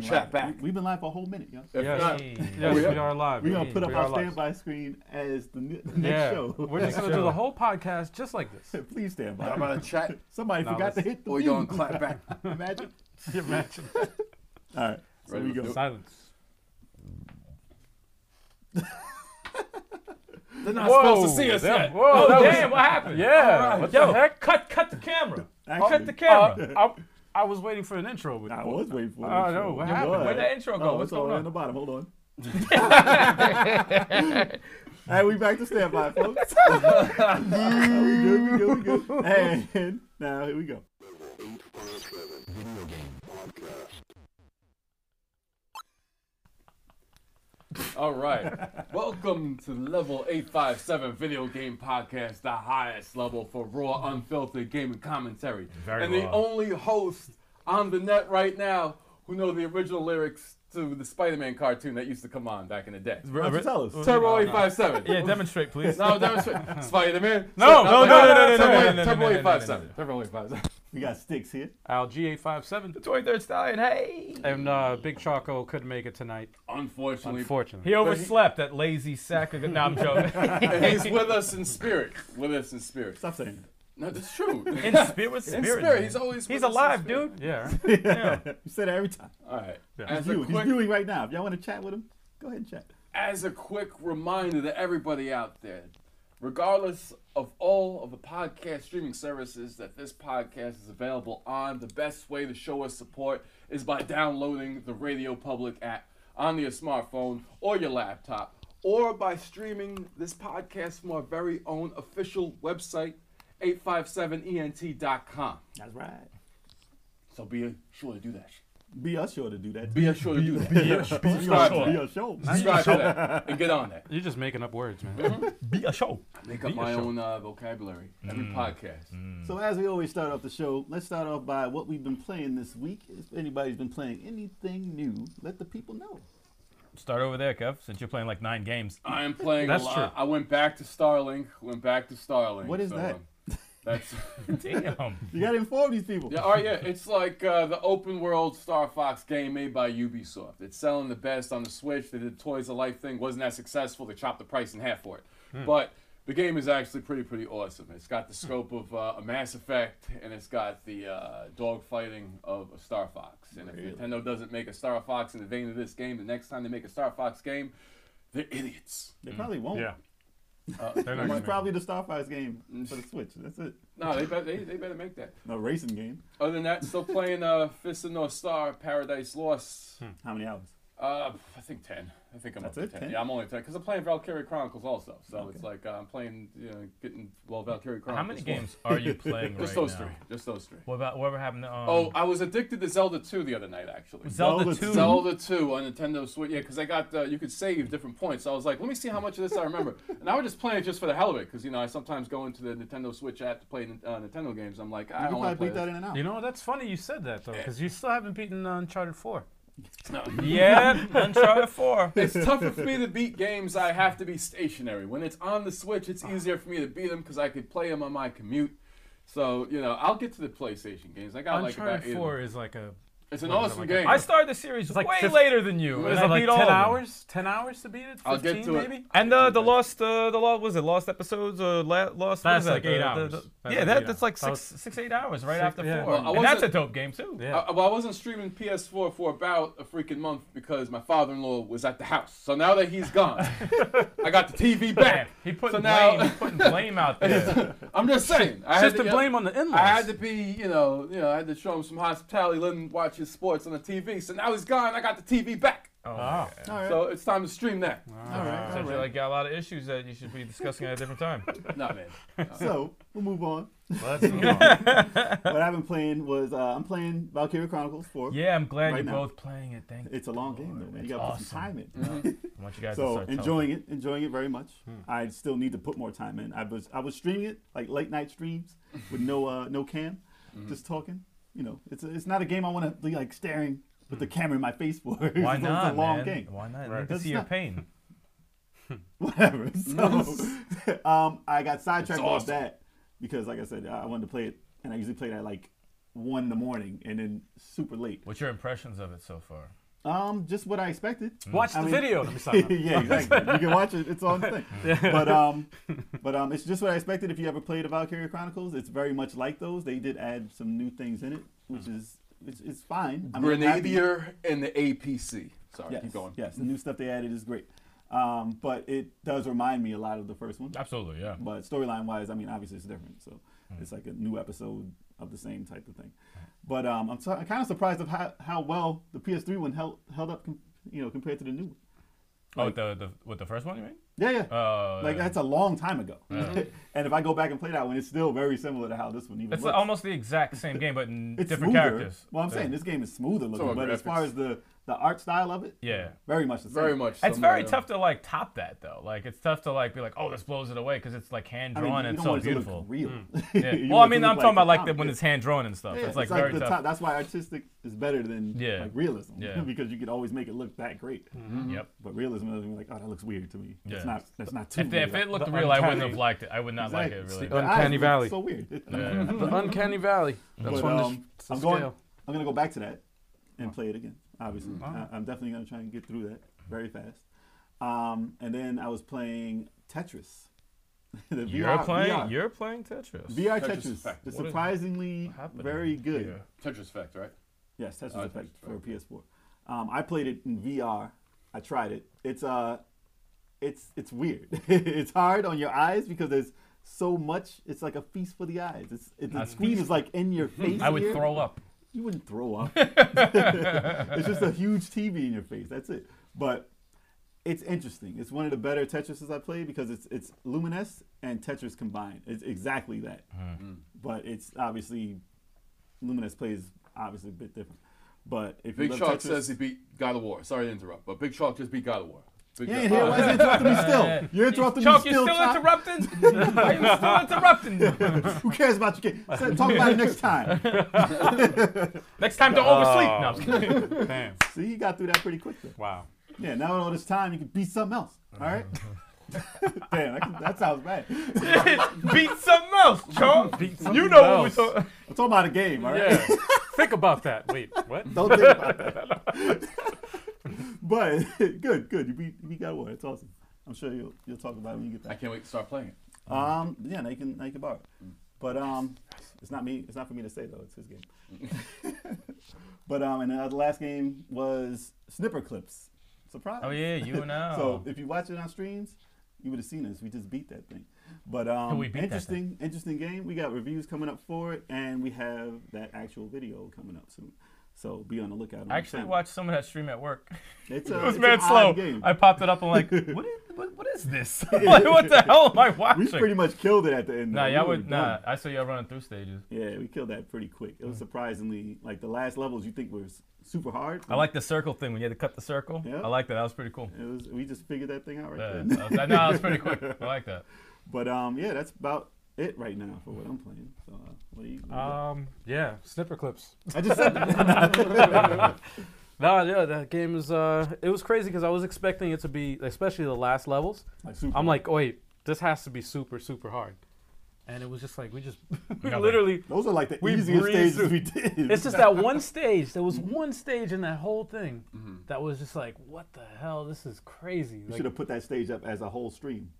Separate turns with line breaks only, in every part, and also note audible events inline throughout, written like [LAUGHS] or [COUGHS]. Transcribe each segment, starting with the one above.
Chat back.
We've been live for a whole minute, y'all.
If not,
Yes, yes, we are live.
We're gonna put up
We
our
are live. [LAUGHS]
standby screen as the ne- next
Yeah,
show. [LAUGHS]
we're just gonna do the whole podcast just like this.
Please stand
I'm
by.
gonna chat
Somebody
Nah,
forgot to
let's-
hit the
or you gonna
mute.
clap back.
Imagine.
[LAUGHS] Imagine
[LAUGHS] All right, so
Ready,
we
let's
go.
do
[LAUGHS] silence.
They're not
supposed to see us yet. Oh, Whoa, that was-
damn, what happened?
Yeah,
All right.
what the
Yo,
heck?
Cut, cut the camera.
Actually,
cut the camera.
Uh, I, I was waiting for an intro with
I was waiting for.
I
it,
know,
so- It
what happened?
was.
Where'd that intro go?
Oh,
What's
it's all
going
the way
on?
the bottom. Hold on.
[LAUGHS]
[LAUGHS] All right, we back to standby, folks. we good, we good, we
[LAUGHS]
good. And now here we go.
All right. Welcome to Level 857 Video Game Podcast, the highest level for raw, unfiltered gaming commentary.
Very
and the
raw.
only host on the net right now who know the original lyrics to the Spider-Man cartoon that used to come on back in the day.
Why don't you tell us?
Turbo 857.
Yeah, demonstrate, please.
[LAUGHS]
No, demonstrate. Spider-Man.
No, no, no, no, no, no,
Turbo-
no, no, no, no,
Turbo
no, no, no, no, no.
857. Turbo 857.
We got sticks here.
Al G857.
23rd Stallion, hey.
And uh, Big Choco couldn't make it tonight,
Unfortunately.
unfortunately.
He overslept, that lazy sack of... No, I'm
[LAUGHS]
joking.
And
[LAUGHS]
he's with us in spirit. With us in spirit.
Stop saying.
No, that's true.
In spirit, what's
[LAUGHS] In
spirit,
spirit.
man?
He's always
He's
with us in
alive,
spirit.
dude.
Yeah. right?
that. [LAUGHS] You say that every time.
All right.
Yeah.
As a
View- He's
quick
viewing right now. If y'all want to chat with him, go ahead and chat.
as a quick reminder to everybody out there, regardless of all of the podcast streaming services that this podcast is available on, the best way to show us support is by downloading the Radio Public app on your smartphone or your laptop, or by streaming this podcast from our very own official website, E 857ent.com.
That's right.
So be sure to do that.
Be us sure to do that.
Be sure to do that. Be sure. Subscribe
Be
to
us sure.
that. Subscribe to that. And get on that.
You're just making up words, man.
Be a show.
Make up my own uh, vocabulary every
Mm.
podcast.
So as we always start off the show, let's start off by what we've been playing this week. If anybody's been playing anything new, let the people know.
Start over there, Kev, since you're playing like
[LAUGHS]
nine games.
I am playing
That's
a lot.
true.
I went back to Starlink. Went back to Starlink.
What is that?
um, that's
Damn.
You gotta inform these people.
[LAUGHS] yeah, all right, yeah. It's like uh, the open world Star Fox game made by Ubisoft. It's selling the best on the Switch. They did Toys of Life thing wasn't that successful. They chopped the price in half for it.
Hmm.
But the game is actually pretty pretty awesome. It's got the scope of uh, a Mass Effect, and it's got the uh, dogfighting of a Star Fox. And if Nintendo doesn't make a Star Fox in the vein of this game, the next time they make a Star Fox game, they're idiots.
They probably won't.
Yeah.
Uh,
[LAUGHS] They're not
This
gonna
is
make
probably the Star Fox game for the Switch. That's it.
no, they, bet they, they better make that.
No racing game.
Other than that, still playing uh, Fist of North Star, Paradise
Hmm.
Lost.
How many hours?
Uh, I think 10. I think I'm
That's
up
it,
to 10.
10?
Yeah, I'm only 10. Because I'm playing Valkyrie Chronicles also. So it's
Okay.
like uh, I'm playing, you know, getting, well, Valkyrie Chronicles.
How many
four.
games
[LAUGHS]
are you playing right
Just those
now?
three. Just those three.
What about whatever happened to... Um,
oh, I was addicted to Zelda 2 the other night, actually.
Zelda
Zelda
2.
two.
Zelda 2 on Nintendo Switch. Yeah, because I got, uh, you could save different points. So I was like, let me see how much of this I
[LAUGHS]
remember. and I would just play it just for the hell of it. Because, you know, I sometimes go into the Nintendo Switch app to play uh, Nintendo games. I'm like, I
You
don't
can
want to play
probably
this.
beat that in an hour.
You know, that's funny you said that, though, because you still haven't beaten uh, Uncharted 4. [LAUGHS]
Yeah,
[LAUGHS]
Uncharted 4.
it's tougher for me to beat games I have to be stationary. When it's on the Switch, it's easier for me to beat them because I could play them on my commute. So you know, I'll get to the PlayStation games. I got like about
Uncharted
eight. of
4
them.
is like a...
It's an
what is it,
awesome
like a-
game.
I started the series
like
way
fif-
later than you.
What
and
Is
is
I
it like
beat all
10
of them.
hours? 10 hours to beat it? 15
I'll get to it.
maybe?
And uh, the lost, uh, the lost, was it lost episodes? Uh, la- lost. what
That's
is that?
like eight
The- the-
hours.
the-
That's
yeah,
like
that,
eight
that's
hours.
like
That
six, six, eight hours right
Six-
after
yeah.
four.
Well, I
and that's a
wasn't-
dope game too.
Yeah.
I, well, I wasn't streaming PS4 for about a freaking month because my father-in-law was at the house. So now that he's gone, I got the
[LAUGHS]
[LAUGHS]
TV
Man,
back.
he put
so
blame,
now
he putting blame out there.
I'm just saying. I had
Just
to
to
get-
blame on the in-laws.
I had to be, you know, you know, I had to show him some hospitality, let him watch his sports on the TV. So now he's gone. I got the TV back.
oh,
Wow.
man.
All right.
So it's time to stream that.
all right. All
Sounds
right.
like you got a lot of issues that you should be discussing at a
[LAUGHS]
different time.
No, man. [LAUGHS]
So we'll move on.
[LAUGHS]
Let's move on.
what I've been playing was uh, I'm playing Valkyria Chronicles 4.
Yeah, I'm glad
Right
you're
now.
both playing it. Thank you.
It's a long game though, man. You gotta put
It's
some time in.
I want you guys to
So [LAUGHS]
start telling- Hmm.
enjoying it, enjoying it very much. I still need to put more time in. I was I was streaming it like late night streams with no uh, no cam,
Mm-hmm.
just talking. You know, it's a, it's not a game I want to be like staring with the camera in my face for. [LAUGHS]
Hmm. Why
it's,
not,
It's a long
man?
game. [LAUGHS]
Why not?
Right.
Right.
That's
see your
not-
pain.
Whatever.
Mm.
So [LAUGHS] um, I got sidetracked off
awesome.
that because, like I said, I I wanted to play it, and I usually play it at like one in the morning and then super late.
What's your impressions of it so far?
Um, just what I expected.
Hmm.
Watch
I
the
mean-
video. Let me stop now.
[LAUGHS] yeah, exactly. you can watch it. It's on the [LAUGHS] thing. But um, but um, it's just what I expected. If you ever played Valkyria Chronicles, it's very much like those. They did add some new things in it, which is it's, it's fine. I'm happy.
Grenadier and the APC. Sorry,
Yes,
keep going.
yes, the new stuff they added is great. Um, but it does remind me a lot of the first one.
Absolutely, yeah.
But storyline wise, I mean, obviously it's different. So it's like a new episode of the same type of thing. But um, I'm, so, I'm kind of surprised of how, how well the PS3 one held held up, com- you know, compared to the new one.
Oh, with the, the with the first one, you mean?
Yeah, yeah.
Uh,
Like that's a long time ago. [LAUGHS] and if I go back and play that one, it's still very similar to how this one even
it's
looks.
almost the exact same game, but in
[LAUGHS] It's
different
smoother.
characters.
Well, I'm
Yeah.
saying this game is smoother looking,
all
but as
graphics.
far as the the art style of it,
Yeah.
very much the same.
Very much. uh,
It's
similar.
very tough to like top that though. Like it's tough to like be like, oh, this blows it away because it's like hand
I mean,
drawn
you
and
don't
so
want it to look
beautiful. Hmm.
[LAUGHS] real.
Yeah.
You
Well, I
want it to
mean,
look
I'm talking about
a
like the,
comic.
when it's hand drawn and stuff.
Yeah,
it's like very
the
tough.
top- that's why artistic is better than
Yeah.
like realism, [LAUGHS]
Yeah.
because you could always make it look that great.
Yep.
But realism is like, oh, that looks weird to me.
Yeah.
It's not. That's not too.
If, they, if
real.
it looked
The
real, I wouldn't
uncanny-
have liked it. I would not like it
Exactly.
really.
The eyes
Uncanny
look
Valley.
So weird.
[LAUGHS]
[LAUGHS]
Yeah.
The Uncanny Valley. That's
But,
one. [LAUGHS]
um,
I'm
I'm going. I'm gonna go back to that and play it again. Obviously, I, am definitely gonna try and get through that very fast. Um, and then I was playing Tetris. [LAUGHS] The
You're
VR
playing.
VR,
You're playing Tetris.
Tetris
VR Tetris.
Effect.
It's
What is
surprisingly
happening
very good.
here?
Tetris effect, right?
Yes, Tetris
Oh,
Effect
Tetris
for PS4. Um, I played it in VR. I tried it. It's uh, it's it's weird. [LAUGHS] it's hard on your eyes because there's so much. It's like a feast for the eyes. It's it, the screen is like in your face.
I would
here.
throw up.
You wouldn't throw
[LAUGHS]
up. it's just a huge TV in your face. That's it. But it's interesting. It's one of the better Tetrises I played because it's it's Luminous and Tetris combined. It's exactly that.
Hmm.
But it's obviously Luminous plays obviously a bit different. But if
Big
you love
Shark
Tetris,
says he beat God of War. Sorry to interrupt, but Big Shark just beat God of War. Big
yeah,
Shark.
here, why is he interrupting me
[LAUGHS]
still? You're interrupting
Chuck,
me
you're
still.
still
Chuck.
interrupting.
[LAUGHS]
Why you still interrupting?
Who cares about your game? Say- Talk about it next
[LAUGHS]
time.
Next time, don't oversleep. No, I'm kidding.
Damn.
See, he got through that pretty quick though.
[LAUGHS]
Wow.
Yeah, now with all this time, you can beat something else. All right. [LAUGHS] Damn, that, that sounds bad.
Beat something else,
[LAUGHS]
Chuck.
You know
what we
talking
I'm talking about a game, all right?
Yeah. Think about that. Wait, what?
[LAUGHS] Don't think about that. but [LAUGHS] good, good. You beat, you beat God of War. It's awesome. I'm sure you'll you'll talk about it when you
[LAUGHS]
get
I
back.
can't wait to start playing it.
Um, yeah, now you can now you can borrow. it. But um, it's not me. It's not for me to say though. It's his game. [LAUGHS] but um, and the other- last game was Snipper Clips. Surprise.
Oh yeah, you and I.
So if you watch it on streams, you would have seen us. We just beat that thing. But um,
We beat that
interesting, interesting game. We got reviews coming up for it, and we have that actual video coming up soon. So be on the lookout. On
I actually
the channel.
watched some of that stream at work.
[LAUGHS] It's a,
[LAUGHS] It was
it's
mad
an odd
slow.
Game.
I popped it up. I'm like, what is, what, what is this? [LAUGHS] I'm like, what the hell am I
we
watching?
pretty much killed it at the end.
nah,
though.
y'all
We were
would nah.
done.
I saw y'all running through stages.
Yeah, we killed that pretty quick. It was
Hmm.
surprisingly like the last levels you think were s- super hard.
I like the circle thing when you had to cut the circle.
Yeah.
I like that. That was pretty cool.
It was we just figured that thing out right
Yeah,
then.
I was, no, that was pretty quick.
[LAUGHS]
I like that.
But um, yeah, that's about it right now for what I'm playing. So uh, what do you?
Um, yeah, snipper clips.
I just said that.
No, yeah, that game is. Uh, it was crazy because I was expecting it to be, especially the last levels.
like super.
[LAUGHS] I'm like, wait, this has to be super, super hard. And it was just like we just [LAUGHS] we
Nothing.
literally.
Those are like the
We
easiest stages
breezed through.
we did.
It's just that one stage. There was one stage in that whole thing that was just like, what the hell? This is crazy.
you
Like,
should have put that stage up as a whole stream.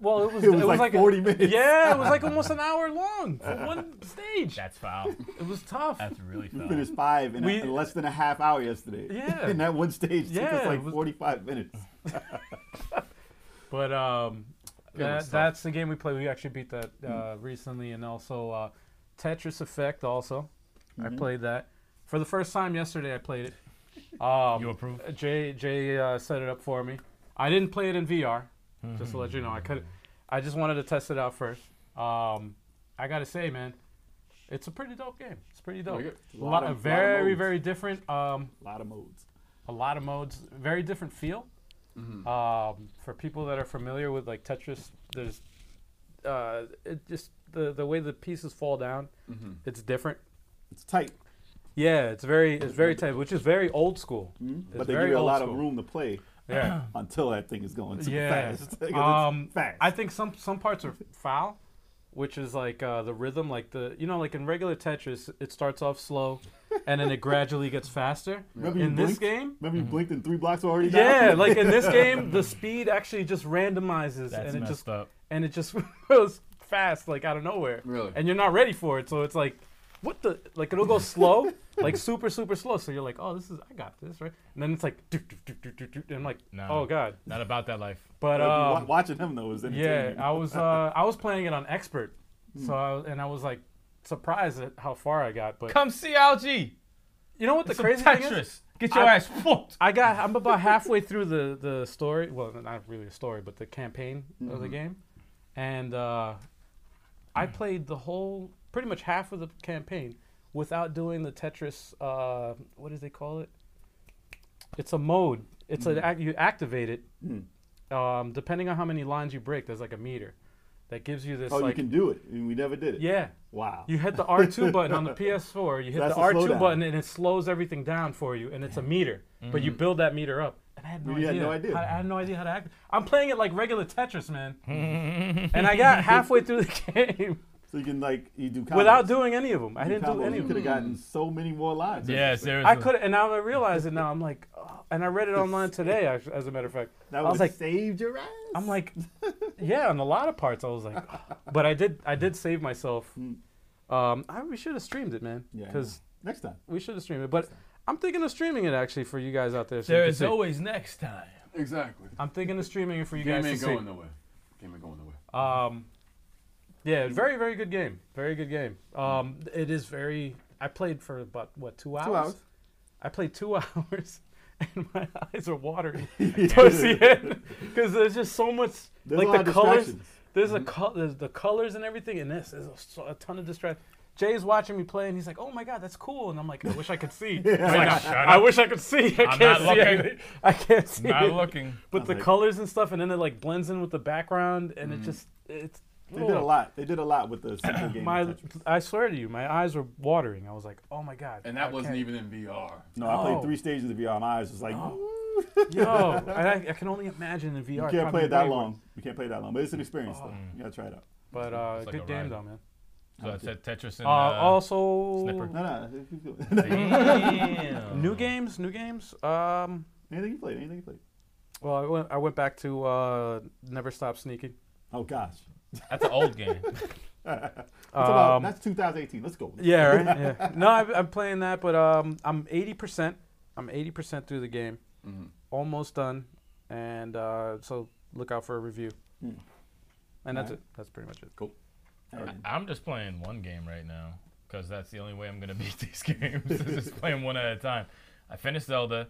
well, it was.
It was like,
a-
40 minutes.
Yeah, it was like almost an hour long for one stage.
That's foul.
It was tough.
That's really
We
foul.
finished five in, a-
We-
in less than a half hour yesterday.
Yeah.
and that one stage took
Yeah,
us
it
like
was-
45 minutes.
But um,
was
that,
tough.
that's the game we played. We actually beat that uh, recently, and also uh, Tetris Effect. Also, I played that for the first time yesterday. I played it. Um,
You approve?
Jay Jay uh, set it up for me. I didn't play it in VR. Just to let you know, I could. I just wanted to test it out first. Um, I gotta say, man, it's a pretty dope game. It's pretty dope.
Like it.
A
Lot
lot,
of- lot of
very
modes.
very different. Um,
A lot of modes.
a lot of modes, very different feel.
Mm-hmm.
Um, for people that are familiar with like Tetris, there's uh, it just the the way the pieces fall down,
Mm-hmm.
it's different.
It's tight,
Yeah, it's very it's very tight, which is very old school. It's
but they give
very
you a
old
lot of
school.
room to play
Yeah,
until that thing is going super [LAUGHS]
yeah.
fast. 'Cause it's
um,
fast.
I think some some parts are foul. which is like uh, the rhythm, like the you know, like in regular Tetris, it starts off
[LAUGHS]
slow, and then it gradually gets faster.
Remember you
In this
blinked?
game, Mm-hmm.
Remember you blinked and three blocks were already down?
yeah,
[LAUGHS]
like in this game, the speed actually just randomizes,
That's
and it
messed
just
up.
and it just [LAUGHS] goes fast, like out of nowhere.
Really?
And you're not ready for it, so it's like, what the? Like it'll go
[LAUGHS]
slow, like super super slow. So you're like, oh, this is I got this right. And then it's like, doo, doo, doo, doo, doo, doo, and I'm like,
No.
oh god.
Not about that life.
But
Wa-
um,
watching him though was
yeah,
entertaining.
I was uh, I was playing it on expert,
Hmm.
so I, was- and I was like surprised at how far I got. But
Come see LG.
you know what the
It's a
crazy thing is?
Tetris. Get your
I-
ass
[LAUGHS]
whooped. [LAUGHS]
I got I'm about halfway through the the story. Well, not really a story, but the campaign of
Mm-hmm.
the game, and uh,
Hmm.
I played the whole pretty much half of the campaign without doing the Tetris. Uh, what do they call it? It's a mode. It's
Mm-hmm.
an ac you activate it.
Hmm.
Um, depending on how many lines you break, there's like a meter that gives you this
oh,
like
you can do it. And we never did it.
yeah.
Wow.
You hit
[LAUGHS]
the R2 button on the PS4. You hit
That's
the
a
R2
slowdown.
button and it slows everything down for you, and it's a meter. But you build that meter up. And I had no
You
idea.
had no idea.
I, I had no idea how to act. I'm playing it like regular Tetris, man. and I got halfway through
[LAUGHS]
the game
so you can like you do combos.
without doing any of them. I
You
didn't do
combos.
any
You
of
could
them.
have gotten so many more lives.
Yeah, seriously.
I could, and now I realize it. Now I'm like, oh, and I read it online today, actu- as a matter of fact.
That
I was
would
like,
have saved your ass.
I'm
[LAUGHS]
like, yeah, on a lot of parts, I was like, but I did, I did save myself. Um, I, we should have streamed it, man,
Hmm. Yeah, I know.
because
next
[LAUGHS]
time. [LAUGHS]
we should have streamed it. But I'm thinking of streaming it actually for you guys out there. So you
There
can
is
see.
always next time.
Exactly.
I'm thinking of streaming it for you
Game
guys
ain't
to
going nowhere. Game ain't going nowhere.
see. Um, yeah, very, very good game. Very good game. Um, it is very. I played for about what two hours?
hours.
I played two [LAUGHS] hours, and my [LAUGHS] eyes
[LAUGHS]
are watering towards the end because there's just so much.
There's
like
a lot
the
of
colors.
distractions.
There's
Mm-hmm.
a col- there's the colors and everything in this. There's a, so- a ton of distraction. Jay's watching me play, and he's like, "Oh my god, that's cool!" And I'm like, "I wish I
[LAUGHS]
could see.
Like, shut
I
up.
wish I could see. I
I'm
can't
not
see.
looking.
anything. I can't see.
Not
it.
looking.
But the
like-
colors and stuff, and then it like blends in with the background, and
Mm-hmm.
it just it's.
They did a lot. They did a lot with
[COUGHS]
the simple game. of
Oh. My,
Tetris.
I swear to you, my eyes were watering. I was like, "Oh my god!"
And that
I
wasn't
can't-
even in VR.
No, I
No.
played three stages of VR. My eyes was like,
Oh.
"Ooh." [LAUGHS]
Yo, and I, I can only imagine in VR.
you can't play it that long. You can't play it that long. But it's an experience, though.
Oh.
You gotta try it out.
But uh,
like a
good game
ride.
though, man.
So that's it, Tetris and
Uh,
uh,
also,
Snipper.
No, no. keep
[LAUGHS]
going.
Damn.
new games, new games. Um,
anything you played, anything you played.
well, I went, I went back to uh, Never Stop Sneaking.
Oh gosh, [LAUGHS]
That's an old game.
that's,
Um,
about, that's 2018. Let's go.
Um, Yeah, right.
[LAUGHS]
Yeah. No, I, I'm playing that, but um, I'm 80 percent. I'm 80 percent through the game,
Mm-hmm.
almost done, and uh, so look out for a review.
Hmm.
And that's
Alright.
it. That's pretty much it.
And
I'm just playing one game right now because that's the only way I'm gonna [LAUGHS] beat these games. is just playing one at a time. I finished Zelda.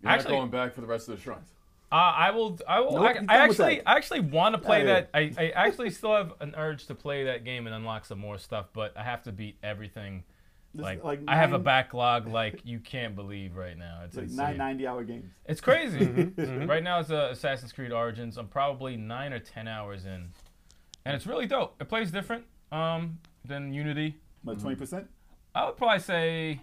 You're
Actually-
not going back for the rest of the shrines.
Uh, I will. I will.
Nope,
I,
you
I
done with
actually.
that.
I actually want to play
Outta
that. I, I actually still have an urge to play that game and unlock some more stuff, but I have to beat everything.
This is
Like,
like
I have a
nine-
backlog like you can't believe right now. It's
it's like
insane.
nine 90 hour games.
It's crazy.
Mm-hmm.
Right now it's uh, Assassin's Creed Origins. I'm probably nine or ten hours in, and it's really dope. It plays different um, than Unity.
But 20 percent.
I would probably say.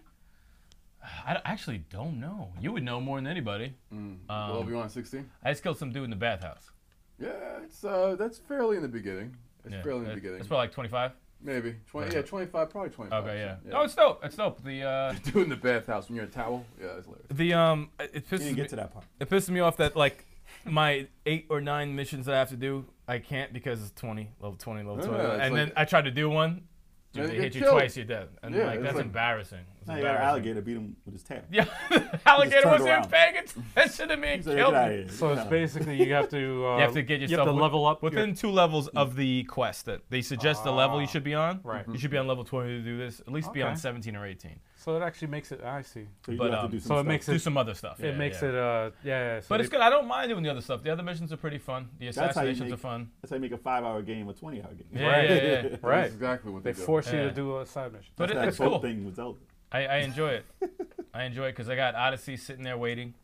I d- actually don't know. You would know more than anybody.
Mm.
Well,
Um,
we on 16?
I just killed some dude in the bathhouse.
Yeah, it's uh, that's fairly in the beginning. It's
Yeah,
fairly in the
it-
beginning.
It's probably like 25.
Maybe 20. Yeah, 25, probably 25.
Okay, yeah.
yeah.
No, it's dope. It's dope. The uh,
Doing the bathhouse when you're a towel. Yeah, that's hilarious.
the um, it
You
pisses
didn't
me,
get to that part.
it pisses me off that like my eight or nine missions that I have to do, I can't because it's 20, level 20, level
Yeah,
20,
it's
and then
like-
I tried to do one. Dude,
And
they
you
hit you
kill-
twice, you're dead. And
Yeah,
like
it's
that's
like-
embarrassing. It's
Now you got an
embarrassing. [LAUGHS]
alligator beat him with his tail.
Yeah, alligator
turned
was in
around.
paying
[LAUGHS]
attention to me and
So get
killed
outta
me.
here. Get
So it's
outta here.
basically you have to uh,
[LAUGHS] You have to get yourself
you have to
wi-
level up your-
within two levels of the quest that they suggest the level you should be on.
Ah. Right.
You should be on level 20 to do this. At least be on
Okay.
17 or 18.
so it actually makes it. I see.
So you
but,
have
um,
to do some
So it
stuff.
makes
Do
it.
some other stuff.
It
Yeah,
makes
yeah.
it. Uh, yeah. yeah so
But
they-
it's good. I don't mind doing the other stuff. The other missions are pretty fun.
how
The
you
assassinations
make-
are fun.
That's how you make a five hour game a 20 hour game.
Yeah, yeah,
[LAUGHS]
yeah.
[LAUGHS] Right.
That's exactly what they,
They
do.
force you
Yeah.
to do a side mission.
But it,
That
it's
boat
cool.
thing with
[LAUGHS]
Zelda.
I, I enjoy it. I enjoy it because I got Odyssey sitting there waiting,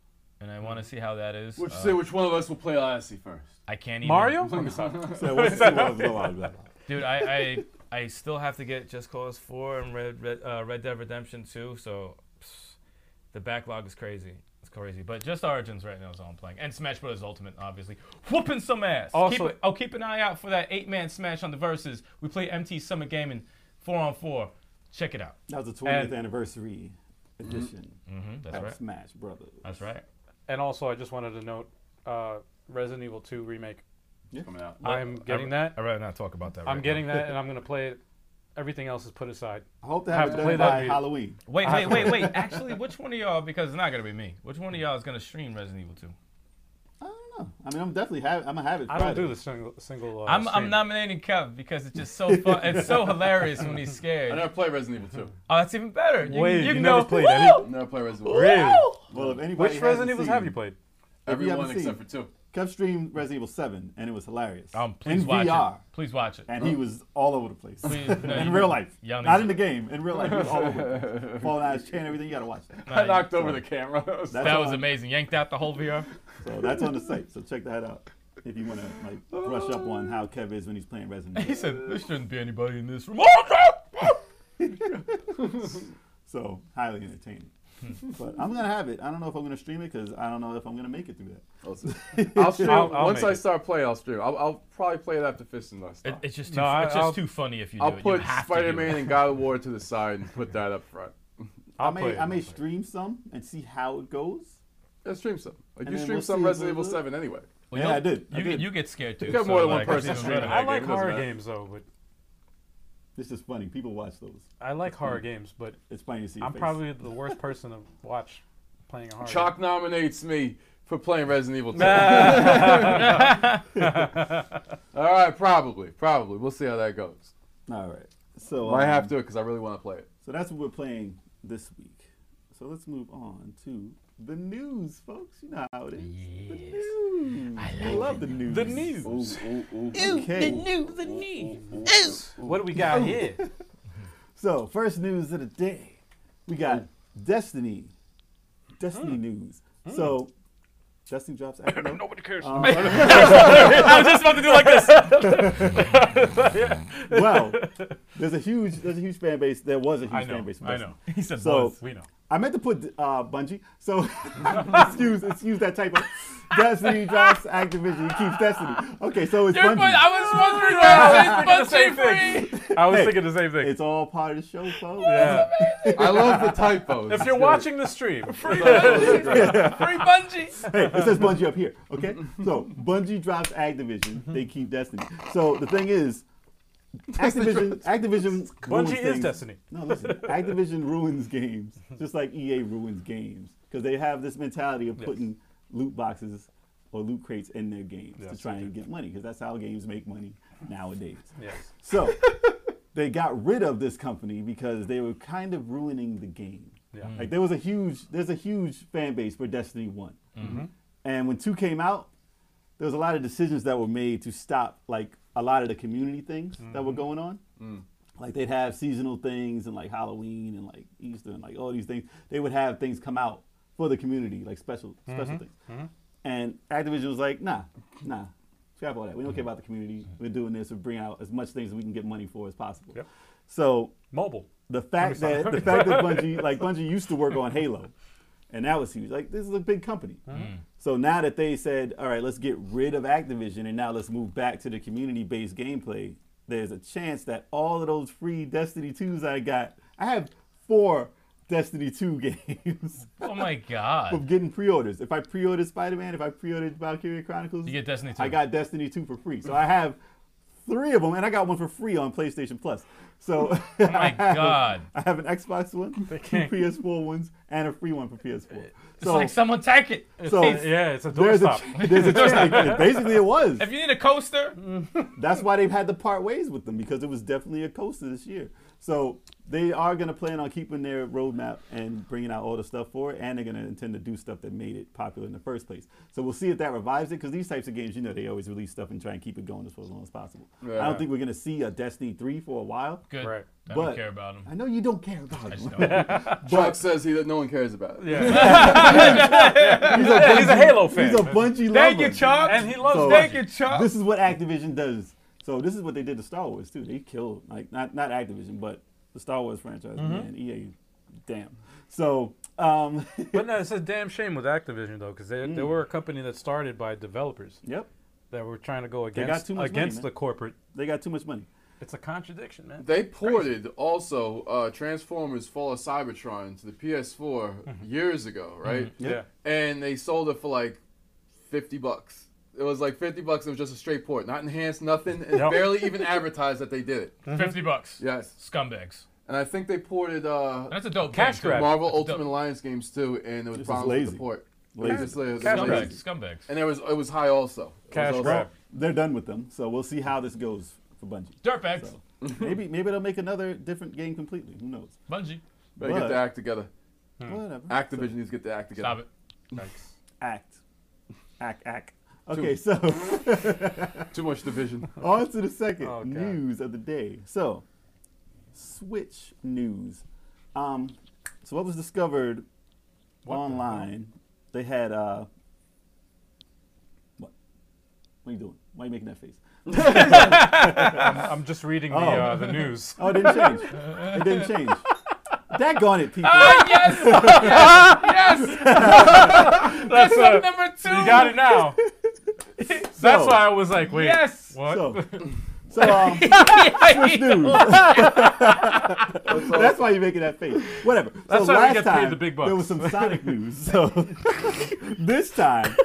and I want to see how that is.
Which,
Uh,
say which one of us will play Odyssey first?
I can't even.
Mario?
So what's the two hours of Zelda?
Dude, I, I I still have to get Just Cause 4 and Red Red, uh, Red Dead Redemption 2, so pss, the backlog is crazy. It's crazy. But just Origins right now is all I'm playing, and Smash Bros Ultimate, obviously, whooping some ass.
Also-
keep, I'll keep an eye out for that eight-man Smash on the verses. We play MT Summer Game in four on four. Check it out.
That was the 20th anniversary edition
hmm that's
of
right.
Smash Brothers.
That's right.
And also, I just wanted to note uh, Resident Evil 2 remake.
coming out.
I'm getting that.
[LAUGHS] I'd rather not talk about that.
I'm getting that, and I'm gonna play it. Everything else is put aside.
I hope they
Have
have it
to
done
play that
by
video.
Halloween.
Wait, wait, wait, wait. Actually, which one of y'all? Because it's not gonna be me. Which one of y'all is gonna stream Resident Evil 2?
I don't know. I mean, I'm definitely have. I'm gonna have it.
I don't
Friday.
do the single single. Uh,
I'm, I'm
stream.
nominating Kev because it's just so fun. it's so hilarious when he's
I
scared.
never played Resident Evil
[LAUGHS]
2.
Oh, that's even better. You,
Wait, you
can
never
go,
played
"Woo!"
any?
Never played Resident Evil.
Really?
Well, if anybody
Which
hasn't
Resident Evils
seen-
have you played?
If you
Everyone
haven't
except
seen-
for 2.
Kev streamed Resident Evil 7, and it was hilarious.
Um, please
in
watch
VR,
it. Please
[LAUGHS]
watch it.
and he was all over the place. [LAUGHS]
Please, no,
in
you-
real life,
y'all need
not
to-
in the game. In real life, he was all over. the
[LAUGHS]
place. Falling out of his chain, everything. You gotta watch that.
Nah,
I knocked over the camera. [LAUGHS] That was-
That's
that
on-
was amazing. Yanked out the whole VR.
So that's on the site. So check that out if you wanna like brush up on how Kev is when he's playing Resident Evil.
[LAUGHS] He said, "There shouldn't be anybody in this room." Oh, no!
So highly entertaining. but I'm gonna have it. I don't know if I'm gonna stream it because I don't know if I'm gonna make it through that.
I'll stream.
I'll- I'll
once
make
I
it.
start playing, I'll stream. I'll, I'll probably play it after Fist and Lust.
It- it's just too,
No, I-
it's
I'll-
just too funny if you do
I'll
it. You
put
have to do
Spider Man
it.
and God of War to the side and put that up front.
I'll
I may
play. it.
I may stream some and see how it goes.
Yeah, stream some. Like
And
you
then
stream
we'll
some
see.
Resident Evil
We'll-
7 anyway.
[LAUGHS] Well,
Yeah,
you'll-
I did. I
You,
did.
you get scared too.
You got more
so,
than one
like, it's
person
even
streaming.
better.
I
that
like
game, it doesn't
horror
matter.
games though, but
This is funny. People watch those.
I like horror games, but
It's funny to see. Hmm. Your
I'm
face.
probably the worst person to watch playing a horror.
Chalk nominates me for playing Resident Evil 2.
[LAUGHS]
All right, probably. Probably. We'll see how that goes.
all right. So
Might
um,
have to because I really want to play it.
So that's what we're playing this week. So let's move on to the news, folks. You know how it is. The news. I, love the news. The news. okay.
games. What do we got here?
So first news of the day, we got
Oh.
Destiny. Destiny news.
Hmm.
So Destiny drops.
[LAUGHS]
After Nobody cares.
I was just about to do like this. [LAUGHS]
well, there's a huge, there's a huge fan base. There was a huge
I know.
fan base. for
I
Destiny.
know. [LAUGHS] He said,
So-
"Buzz." We know.
I meant to put uh, Bungie,
[LAUGHS]
so [LAUGHS] excuse excuse that typo. Destiny drops Activision, it keeps Destiny. Okay, so it's
Dude, but
Bungie.
I was wondering why it's [LAUGHS]
Same
Bungie
thing.
free.
I was
Hey.
thinking the same thing.
It's all part of the show, folks. [LAUGHS]
Yeah.
I love the typos.
If you're watching the stream,
[LAUGHS] Free Bungie.
Hey, it says Bungie up here. Okay,
Mm-hmm.
so Bungie drops Activision, they keep Destiny. So the thing is, Activision, Activision, ruins
Bungie is
things.
Destiny.
No, listen, Activision ruins games just like EA ruins games because they have this mentality of putting loot boxes or loot crates in their games to try and get money because that's how games make money nowadays.
yes.
So they got rid of this company because they were kind of ruining the game.
Yeah.
Like there was a huge, there's a huge fan base for Destiny One, and when two came out, there was a lot of decisions that were made to stop like a lot of the community things that were going on. Like they'd have seasonal things and like Halloween and like Easter and like all these things. They would have things come out for the community, like special special things. And Activision was like, nah, nah, scrap all that. We don't care about the community. We're doing this. We're bringing out as much things we can get money for as possible.
Yep.
So
Mobile.
the fact that the fact that Bungie like Bungie used to work on Halo, and that was huge. Like this is a big company. Mm-hmm. So now that they said, all right, let's get rid of Activision and now let's move back to the community-based gameplay. There's a chance that all of those free Destiny twos I got, I have four Destiny two [LAUGHS] games
Oh my god.
of getting pre-orders. If I pre-ordered Spider-Man, if I pre-ordered Valkyria Chronicles,
You get Destiny 2.
I got Destiny 2 for free. So I have three of them, and I got one for free on PlayStation Plus. So [LAUGHS]
Oh my god.
I have an Xbox one, two PS4 ones, and a free one for PS4.
It's
So,
like someone take it.
so
Yeah, it's a
there's a, [LAUGHS]
doorstop.
ch- there's
[LAUGHS]
a chance. Basically, it was.
If you need a coaster,
That's why they've had to part ways with them because it was definitely a coaster this year. So they are going to plan on keeping their roadmap and bringing out all the stuff for it, and they're going to intend to do stuff that made it popular in the first place. So we'll see if that revives it because these types of games, you know, they always release stuff and try and keep it going as for as long as possible. I
Yeah.
don't think we're going to see a Destiny 3 for a while.
good.
Right.
I
But-
don't care about him.
I know you don't care about it.
just
[LAUGHS]
don't.
Chalk says he that no one cares about it.
Yeah.
He's a, Bungie,
[LAUGHS] He's a Halo fan.
he's a Bungie lover.
Thank you, Chuck.
And he loves
So-
Thank you, Chuck.
This is what Activision does. So this is what they did to Star Wars too. They killed like not not Activision, but the Star Wars franchise. Man, EA, damn. E So Um, [LAUGHS]
but no, it's a damn shame with Activision though, because they,
Mm.
they were a company that started by developers
yep,
that were trying to go
got
against
too much money,
against
man.
the corporate.
they got too much money.
It's a contradiction, man.
They ported also uh, Transformers Fall of Cybertron to the PS4
Mm-hmm.
years ago, right?
Yeah.
And they sold it for like 50 bucks. It was like 50 bucks and it was just a straight port, not enhanced, nothing, and
Yep.
barely even advertised that they did it.
Fifty bucks.
Yes.
Scumbags.
And I think they ported uh,
That's a dope
Cash
game, too.
grab.
Marvel
That's
Ultimate
dope.
Alliance games too, and there was
This is
problems with
lazy.
the port.
Lazy.
Just lazy. It was
Cash
lazy.
grab.
Scumbags. Scumbags.
And it was it was high also. It was
Cash
also-
grab.
They're done with them, so we'll see how this goes for Bungie.
Dirtbags.
So, maybe maybe they'll make another different game completely. Who knows?
Bungie.
Better get
But-
the act together.
Whatever.
Activision needs to get the act together.
Stop it. [LAUGHS]
Act. Act. Act. Okay, so
Too much division.
[LAUGHS] on to the second
Oh, God.
news of the day. So, Switch news. Um, so what was discovered online? they had uh, what? What are you doing? Why are you making that face? [LAUGHS]
I'm just reading the
Oh.
uh,
[LAUGHS]
the news.
Oh, it didn't change. it didn't change. Daggone it, people.
Ah! yes! Yes! yes! That's
uh,
number two.
You got
[LAUGHS]
it now. That's why I was like, wait,
Yes.
what?
So, so um,
[LAUGHS]
Switch news. That's why you're making that face. Whatever.
That's
so
why we
last
get paid
time
the big
there was
bucks.
some Sonic news. So [LAUGHS] this time,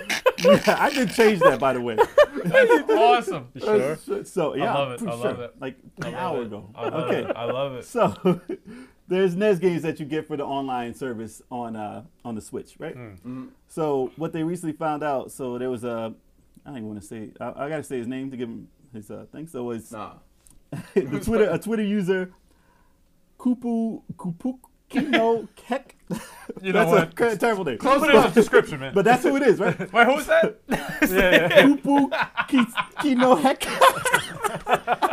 yeah, I did change that by the way.
awesome.
Sure.
So yeah,
love
I'm
it.
pretty
I love
sure,
it.
Like an hour
it.
ago.
I love
okay.
it. I love
[LAUGHS]
it.
So there's NES games that you get for the online service on uh, on the Switch, right?
Hmm.
So what they recently found out, so there was a, I don't even want to say, I, I gotta say his name to give him his uh, thing. So it's
Nah.
[LAUGHS] the Twitter a Twitter user, Kupu Kupukino Kek.
You know
that's
what?
A cur- terrible name.
Put it in the description, man. [LAUGHS]
But that's who it is,
[LAUGHS]
right?
Wait,
[LAUGHS]
who's that?
yeah, yeah.
Kupu Kino Hek.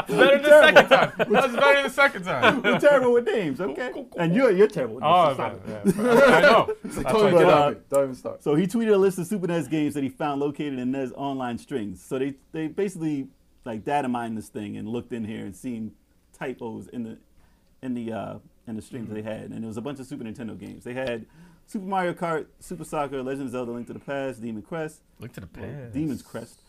Better than the second time. That was better than the second time.
We're terrible with names, okay? And you're you're terrible. With names,
Oh,
so stop it.
man, yeah. I know.
Don't even
but,
get
uh,
on it. Don't even start.
So he tweeted a list of Super NES games that he found located in NES online strings. So they, they basically like data mined this thing and looked in here and seen typos in the in the uh, in the strings they had. And it was a bunch of Super Nintendo games. They had Super Mario Kart, Super Soccer, Legend of Zelda: Link to the Past, Demon Crest,
Look to the
or
past.
Demon's Crest,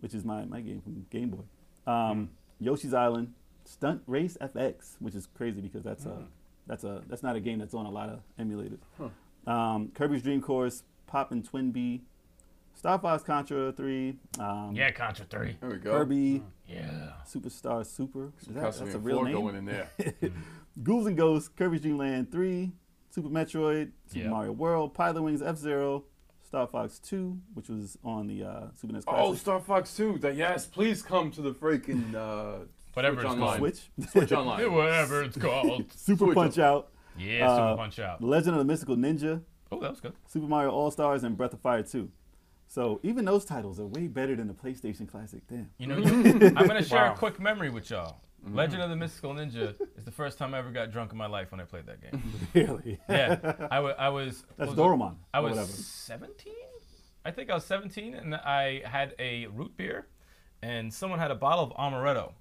which is my, my game from Game Boy. Um, Yoshi's Island, Stunt Race FX, which is crazy because that's a that's a that's not a game that's on a lot of emulators. Um, Kirby's Dream Course, Pop and Twin B, Star Fox Contra Three, um,
Yeah, Contra 3.
There we go.
Kirby
Yeah.
Superstar Super. Is that,
Custody
that's a
and
real
four
name.
going in
[LAUGHS]
there.
Ghouls and Ghosts, Kirby's Dream Land 3, Super Metroid, Super
Yep.
Mario World, Pilot Wings, F Zero, Star Fox 2, which was on the uh, Super NES Classic.
Oh, Star Fox 2. That, yes, please come to the freaking uh,
Whatever
Switch
it's
Online.
called.
Switch,
Switch Online.
Whatever it's called.
Super
Switch
Punch Out,
[LAUGHS] Yeah,
Uh,
Super Punch Out.
The Legend of the Mystical Ninja,
Oh, that was good.
Super Mario All Stars, and Breath of Fire 2. So even those titles are way better than the PlayStation Classic. Damn.
You know, I'm [LAUGHS] gonna share
Wow.
a quick memory with y'all. Legend of the Mystical Ninja is the first time I ever got drunk in my life when I played that game.
Really?
Yeah, I wa- I was.
That's
was it-
Doromon.
I
or
was
whatever.
17. I think I was 17, and I had a root beer, and someone had a bottle of amaretto,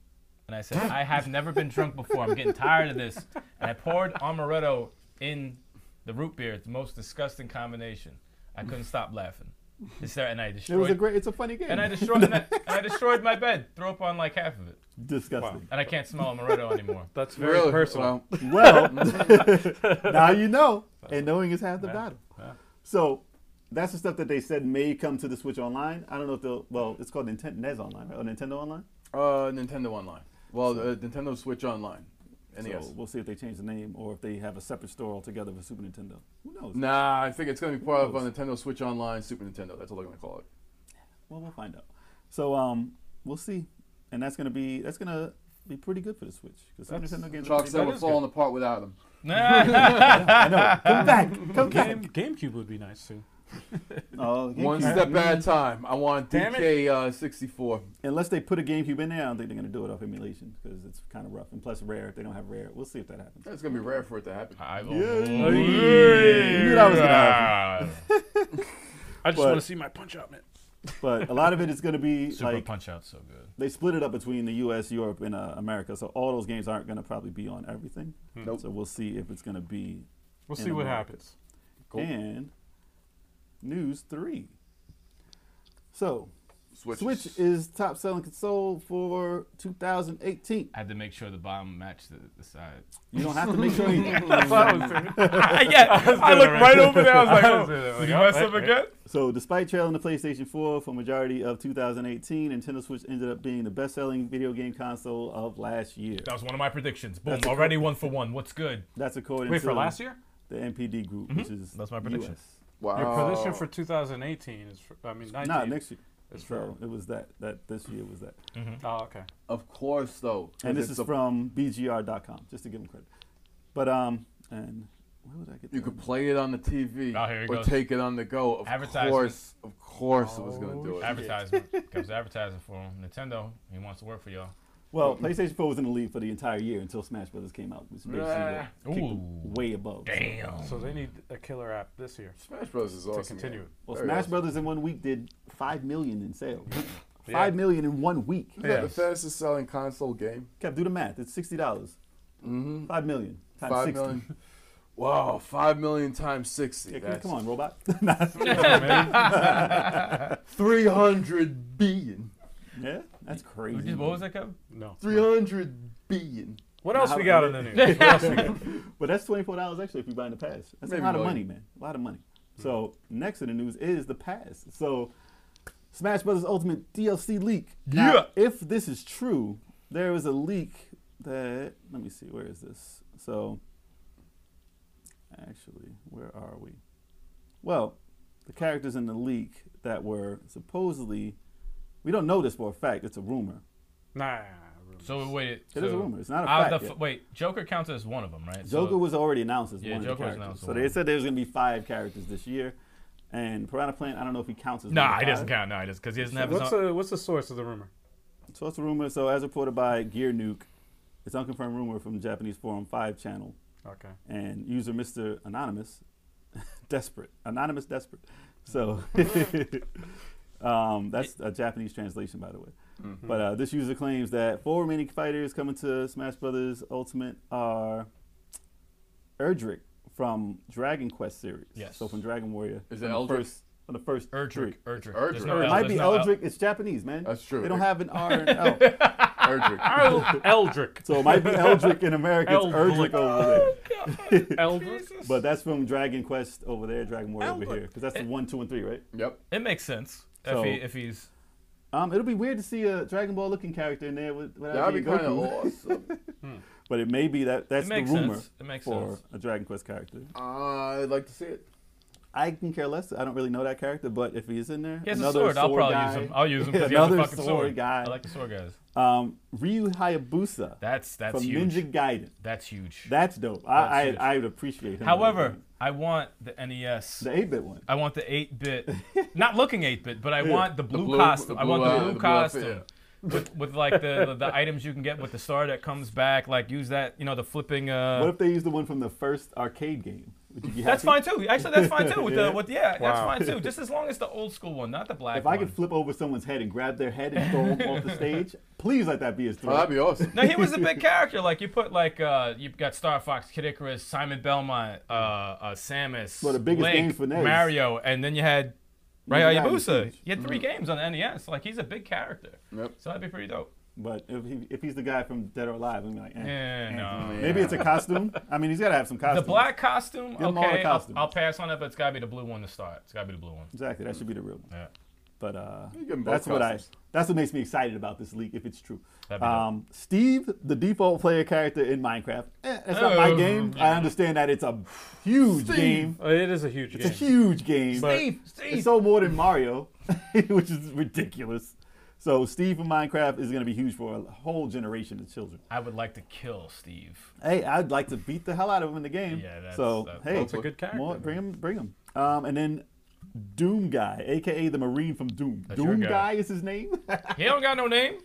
and I said, "I have never been drunk before. I'm getting tired of this." And I poured amaretto in the root beer. It's the most disgusting combination. I couldn't stop laughing. It's there, and I
It was
destroyed.
a great. It's a funny game.
and I destroyed. and I, and I destroyed my bed. Threw up on like half of it,
Disgusting.
and I can't smell amaretto anymore.
[LAUGHS]
That's very
Really?
personal.
Well,
Well, now you know, and knowing is half the battle. So that's the stuff that they said may come to the Switch Online. I don't know if they'll. Well, it's called Nintendo NES Online, right? Or Nintendo Online.
uh, Nintendo Online. Well, uh, Nintendo Switch Online.
E
E NES.
So we'll see if they change the name or if they have a separate store altogether for Super Nintendo. Who knows?
Nah, I think it's going to be part of uh, Nintendo Switch Online, Super Nintendo. That's all they're going to call it.
Well, we'll find out. So um, we'll see, and that's gonna be that's gonna be pretty good for the Switch because Super Nintendo games. Are
Chalk
pretty
said
good.
we're falling apart without them.
Ah,
[LAUGHS]
I know. Come back. Come back.
Game, GameCube would be nice too.
Oh,
One
GameCube.
step at a time. I want
Damn it.
DK uh, 64.
Unless they put a GameCube in there, I don't think they're gonna do it off emulation because it's kind of rough. And plus, rare. If they don't have rare, we'll see if that happens.
It's going to be rare for it to happen.
I
You knew that was gonna happen.
I just
But-
want to see my punch out, man.
But a lot of it is going to be
Super
like
Punch Out's so good.
they split it up between the U.S., Europe, and uh, America. So all those games aren't going to probably be on everything.
Nope.
So we'll see if it's going to be.
We'll
In
see what
America.
happens.
and News 3. So,
Switch.
Switch is top selling console for 2018.
I had to make sure the bottom matched the, the side.
You don't have to make sure anything.
[LAUGHS] yeah, I looked right over there. I was like, oh, did you mess up again?
So, despite trailing the PlayStation 4 for majority of 2018, Nintendo Switch ended up being the best-selling video game console of last year.
That was one of my predictions. Boom, already one for one.
[LAUGHS]
What's good?
That's according
Wait
to
for last year? Mm-hmm.
the NPD group, which is
That's my prediction.
US.
Wow.
Your prediction for 2018 is, for, I mean, 19.
Nah, next year.
It's
so it was that. That this year was that.
Oh, okay.
Of course, though.
And this
It's
is
a-
from BGR.com, just to give them credit. But um, and where would I get?
You
that?
could play it on the TV
Oh, here he
or
goes.
take it on the go. Of
Advertising.
course, of course, I was gonna do it.
Advertisement. Comes advertising for him. Nintendo, he wants to work for y'all.
Well, PlayStation 4 was in the lead for the entire year until Smash Brothers came out, which basically
Rah.
kicked them
Ooh.
way above. So-
Damn.
So they need a killer app this year
Smash Bros is awesome.
to continue.
man.
Well,
Very
Smash
awesome.
Brothers in one week did five million in sales. [LAUGHS] Five million in one week.
Is that the fastest selling console game?
Cap, do the math. It's sixty dollars. Mm-hmm. Five million times
Five
sixty.
million. Wow, five million times sixty.
Yeah, come-
that's
come on, robot. [LAUGHS] Nah.
Three hundred billion.
yeah, that's
We
crazy.
just- What was that, Kev?
No.
Three hundred billion.
What else
how-
we got in the news?
[LAUGHS]
But that's twenty four dollars extra if you buy in the pass. That's
Maybe
a lot of
more.
money, man. A lot of money. So next in the news is the pass. So Smash Brothers Ultimate DLC leak. Now,
Yeah.
if this is true, there is a leak that let me see, where is this? So actually, where are we? Well, the characters in the leak that were supposedly we don't know this for a fact, it's a rumor.
Nah.
So we waited.
It is a rumor. It's not a fact yet.
wait, Joker counts as one of them, right?
Joker
So-
was already announced as
Yeah,
one
Joker was
of the
announced
characters.
as
So
one.
they said there's going to be five characters this year, and Piranha Plant. I don't know if he counts as. one
Nah,
of
he doesn't
five.
count. Nah, he doesn't because he doesn't have his
What's
own.
the, what's the source of the rumor?
So it's a rumor. So as reported by Gear Nuke, it's unconfirmed rumor from the Japanese forum Five channel
Okay.
and user Mr. Anonymous, [LAUGHS] desperate anonymous desperate. So [LAUGHS] um, that's a Japanese translation, by the way. But uh, this user claims that four remaining fighters coming to Smash Brothers Ultimate are Erdrick from Dragon Quest series.
Yes.
So from Dragon Warrior.
Is it
from the
Eldrick?
first- From the first three.
Erdrick. Erdrick.
Erdrick.
There's no
It
It
L,
might
there's
be
no L.
Eldrick. It's Japanese, man.
That's true.
They don't have an R and an L.
[LAUGHS] Erdrick.
Eldrick.
Might be Eldrick in America. It's
Eldrick.
Erdrick over there. [LAUGHS]
Eldrick.
But that's from Dragon Quest over there, Dragon Warrior over here. Because that's the one, two, and three, right?
yep.
It makes sense
So-
if he if he's
Um, it'll be weird to see a Dragon Ball looking character in there with without
That'd be
being
kind of
Goku.
awesome. [LAUGHS]
But it may be that that's the
makes
rumor
sense. It makes
for
sense.
a Dragon Quest character.
Uh, I'd like to see it.
I can care less. I don't really know that character, but if he's in there,
he has
another
a sword, I'll probably
guy,
use him. I'll use him because he has a
Another
fucking sword.
sword guy.
I like the sword guys.
um, Ryu Hayabusa
That's that's
from
huge.
Ninja Gaiden.
That's huge.
That's dope.
That's
I,
huge.
I I would appreciate him.
However, I want the NES.
the eight bit one.
I want the eight bit, not looking eight
[LAUGHS]
bit, but I want the blue,
blue-
costume.
the
I want
blue
the
eye-
blue
the blue outfit,
costume. With, with like the, the, the items you can get with the star that comes back, like use that, you know, the flipping. Uh,
What if they use the one from the first arcade game? Would you be
That's
happy?
fine too. Actually, that's fine
[LAUGHS]
too. With
Yeah.
the with yeah, that's
[LAUGHS]
fine too. Just as long as the old school one, not the black
If
one.
I could flip over someone's head and grab their head and throw them off
[LAUGHS]
the stage, please let that be his
Oh,
throw.
that'd be awesome.
no, he was a big character. Like you put like uh, you've got Star Fox, Kid Icarus, Simon Belmont, uh, uh Samus,
Well, the biggest
Link,
games for NES.
Mario, and then you had Ray
Ninja Gaiden
Hayabusa.
series.
You had 3
Mm-hmm.
games on the NES. Like he's a big character.
Yep.
So that'd be pretty dope.
But if, he, if he's the guy from Dead or Alive, I'm like, eh.
Yeah, no.
Maybe it's a costume. I mean, he's got to have some
The
costume.
black costume,
Give 'em all the
okay, I'll,
costumes.
I'll pass on it, but it's gotta be the blue one to start. It's gotta be the blue one.
Exactly, that should be the real one.
Yeah.
But uh,
give 'em both
that's what I.
costumes.
That's what makes me excited about this leak, if it's true.
That'd be dope.
Um, Steve, the default player character in Minecraft. Eh, that's not my
Oh,
game. I understand that it's a huge game.
Uh, It is a huge
It's a
game.
huge game.
But-
It's sold more than Mario, [LAUGHS] which is ridiculous. So Steve from Minecraft is going to be huge for a whole generation of children.
I would like to kill Steve.
Hey, I'd like to beat the hell out of him in the game.
Yeah, that's-
so
that's-
hey,
It's a good character.
more, bring him, bring him. Um, and then Doom Guy, aka the Marine from Doom.
That's your
Doom
guy.
Guy is his name. [LAUGHS]
He don't got no name.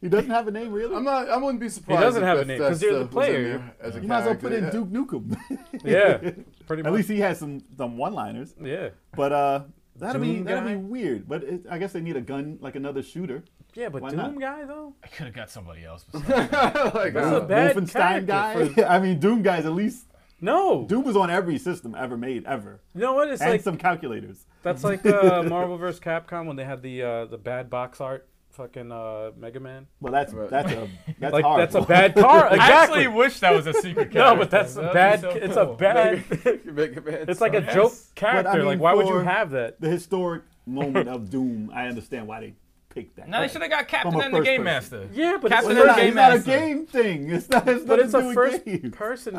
he doesn't have a name really.
I'm not. I wouldn't be surprised.
doesn't
if
have a
that's-
name, 'cause
that's,
you're the
uh, who's in
player.
there as a
you might as well put in
character.
Duke Nukem. [LAUGHS]
Yeah. Pretty much.
At least he has some some one-liners.
Yeah.
But uh, that'll be
Doom
that'll be
Guy?
weird. But it, I guess they need a gun like another shooter.
Yeah, but
Why
Doom
not?
guy though.
I could have got somebody else.
[LAUGHS]
Besides.
like,
That's
uh,
a bad
Wolfenstein guy. [LAUGHS]
character for-
I mean, Doom guy's at least
No.
Doom was on every system ever made ever,
You know what? It's
and
like
some calculators.
that's like
[LAUGHS]
uh, Marvel vs. Capcom when they had the uh, the bad box art fucking uh, Mega Man.
Well, that's that's
[LAUGHS]
a that's
Like
hard.
that's a bad [LAUGHS] car. Exactly.
I actually wish that was a secret character.
[LAUGHS] no, but that's a
That'd be
bad.
so
It's
cool.
a bad. [LAUGHS] It's
it's
like a
Yes.
joke
I
character.
mean,
like why would you
for-
have
[LAUGHS]
that?
the historic moment of Doom. I understand why they picked that.
Now they should have got Captain
From a
and the
first person.
Game Master.
Yeah, but
Captain
Well,
and
it's, not,
the Game
it's not a
Master.
game thing. [LAUGHS] It's not. It's
But it's
nothing
a
to do with
first
games. [LAUGHS]
person.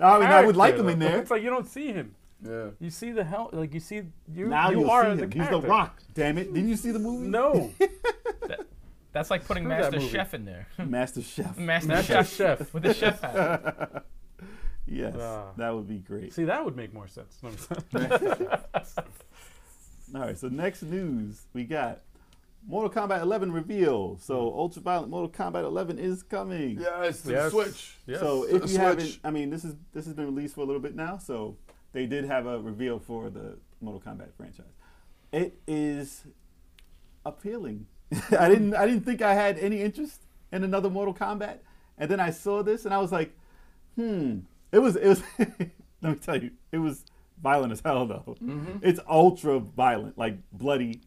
I mean, I would like
character,
him in
though.
there.
It's like you don't see him.
[LAUGHS] Yeah.
You see the hell. Like you see you.
Now
you
will
are
see
the
him. He's
character.
the Rock. Damn it! Didn't you see the movie? [LAUGHS]
No,
That's like putting
Screw that
Master
movie.
Chef in there. [LAUGHS]
Master Chef.
Master,
Master
Chef.
Chef.
With the chef hat.
yes,
Ah.
that would be great.
See, that would make more sense. [LAUGHS]
All right, so next news we got Mortal Kombat 11 reveal. So Ultraviolet Mortal Kombat 11 is coming.
Yes, the
Yes.
Switch.
So
The
if you
Switch.
haven't, I mean, this is this has been released for a little bit now. So they did have a reveal for the Mortal Kombat franchise. It is appealing. [LAUGHS] I didn't I didn't think I had any interest in another Mortal Kombat, and then I saw this and I was like, hmm. It was it was. [LAUGHS] let me tell you, it was violent as hell though. It's ultra violent, like bloody.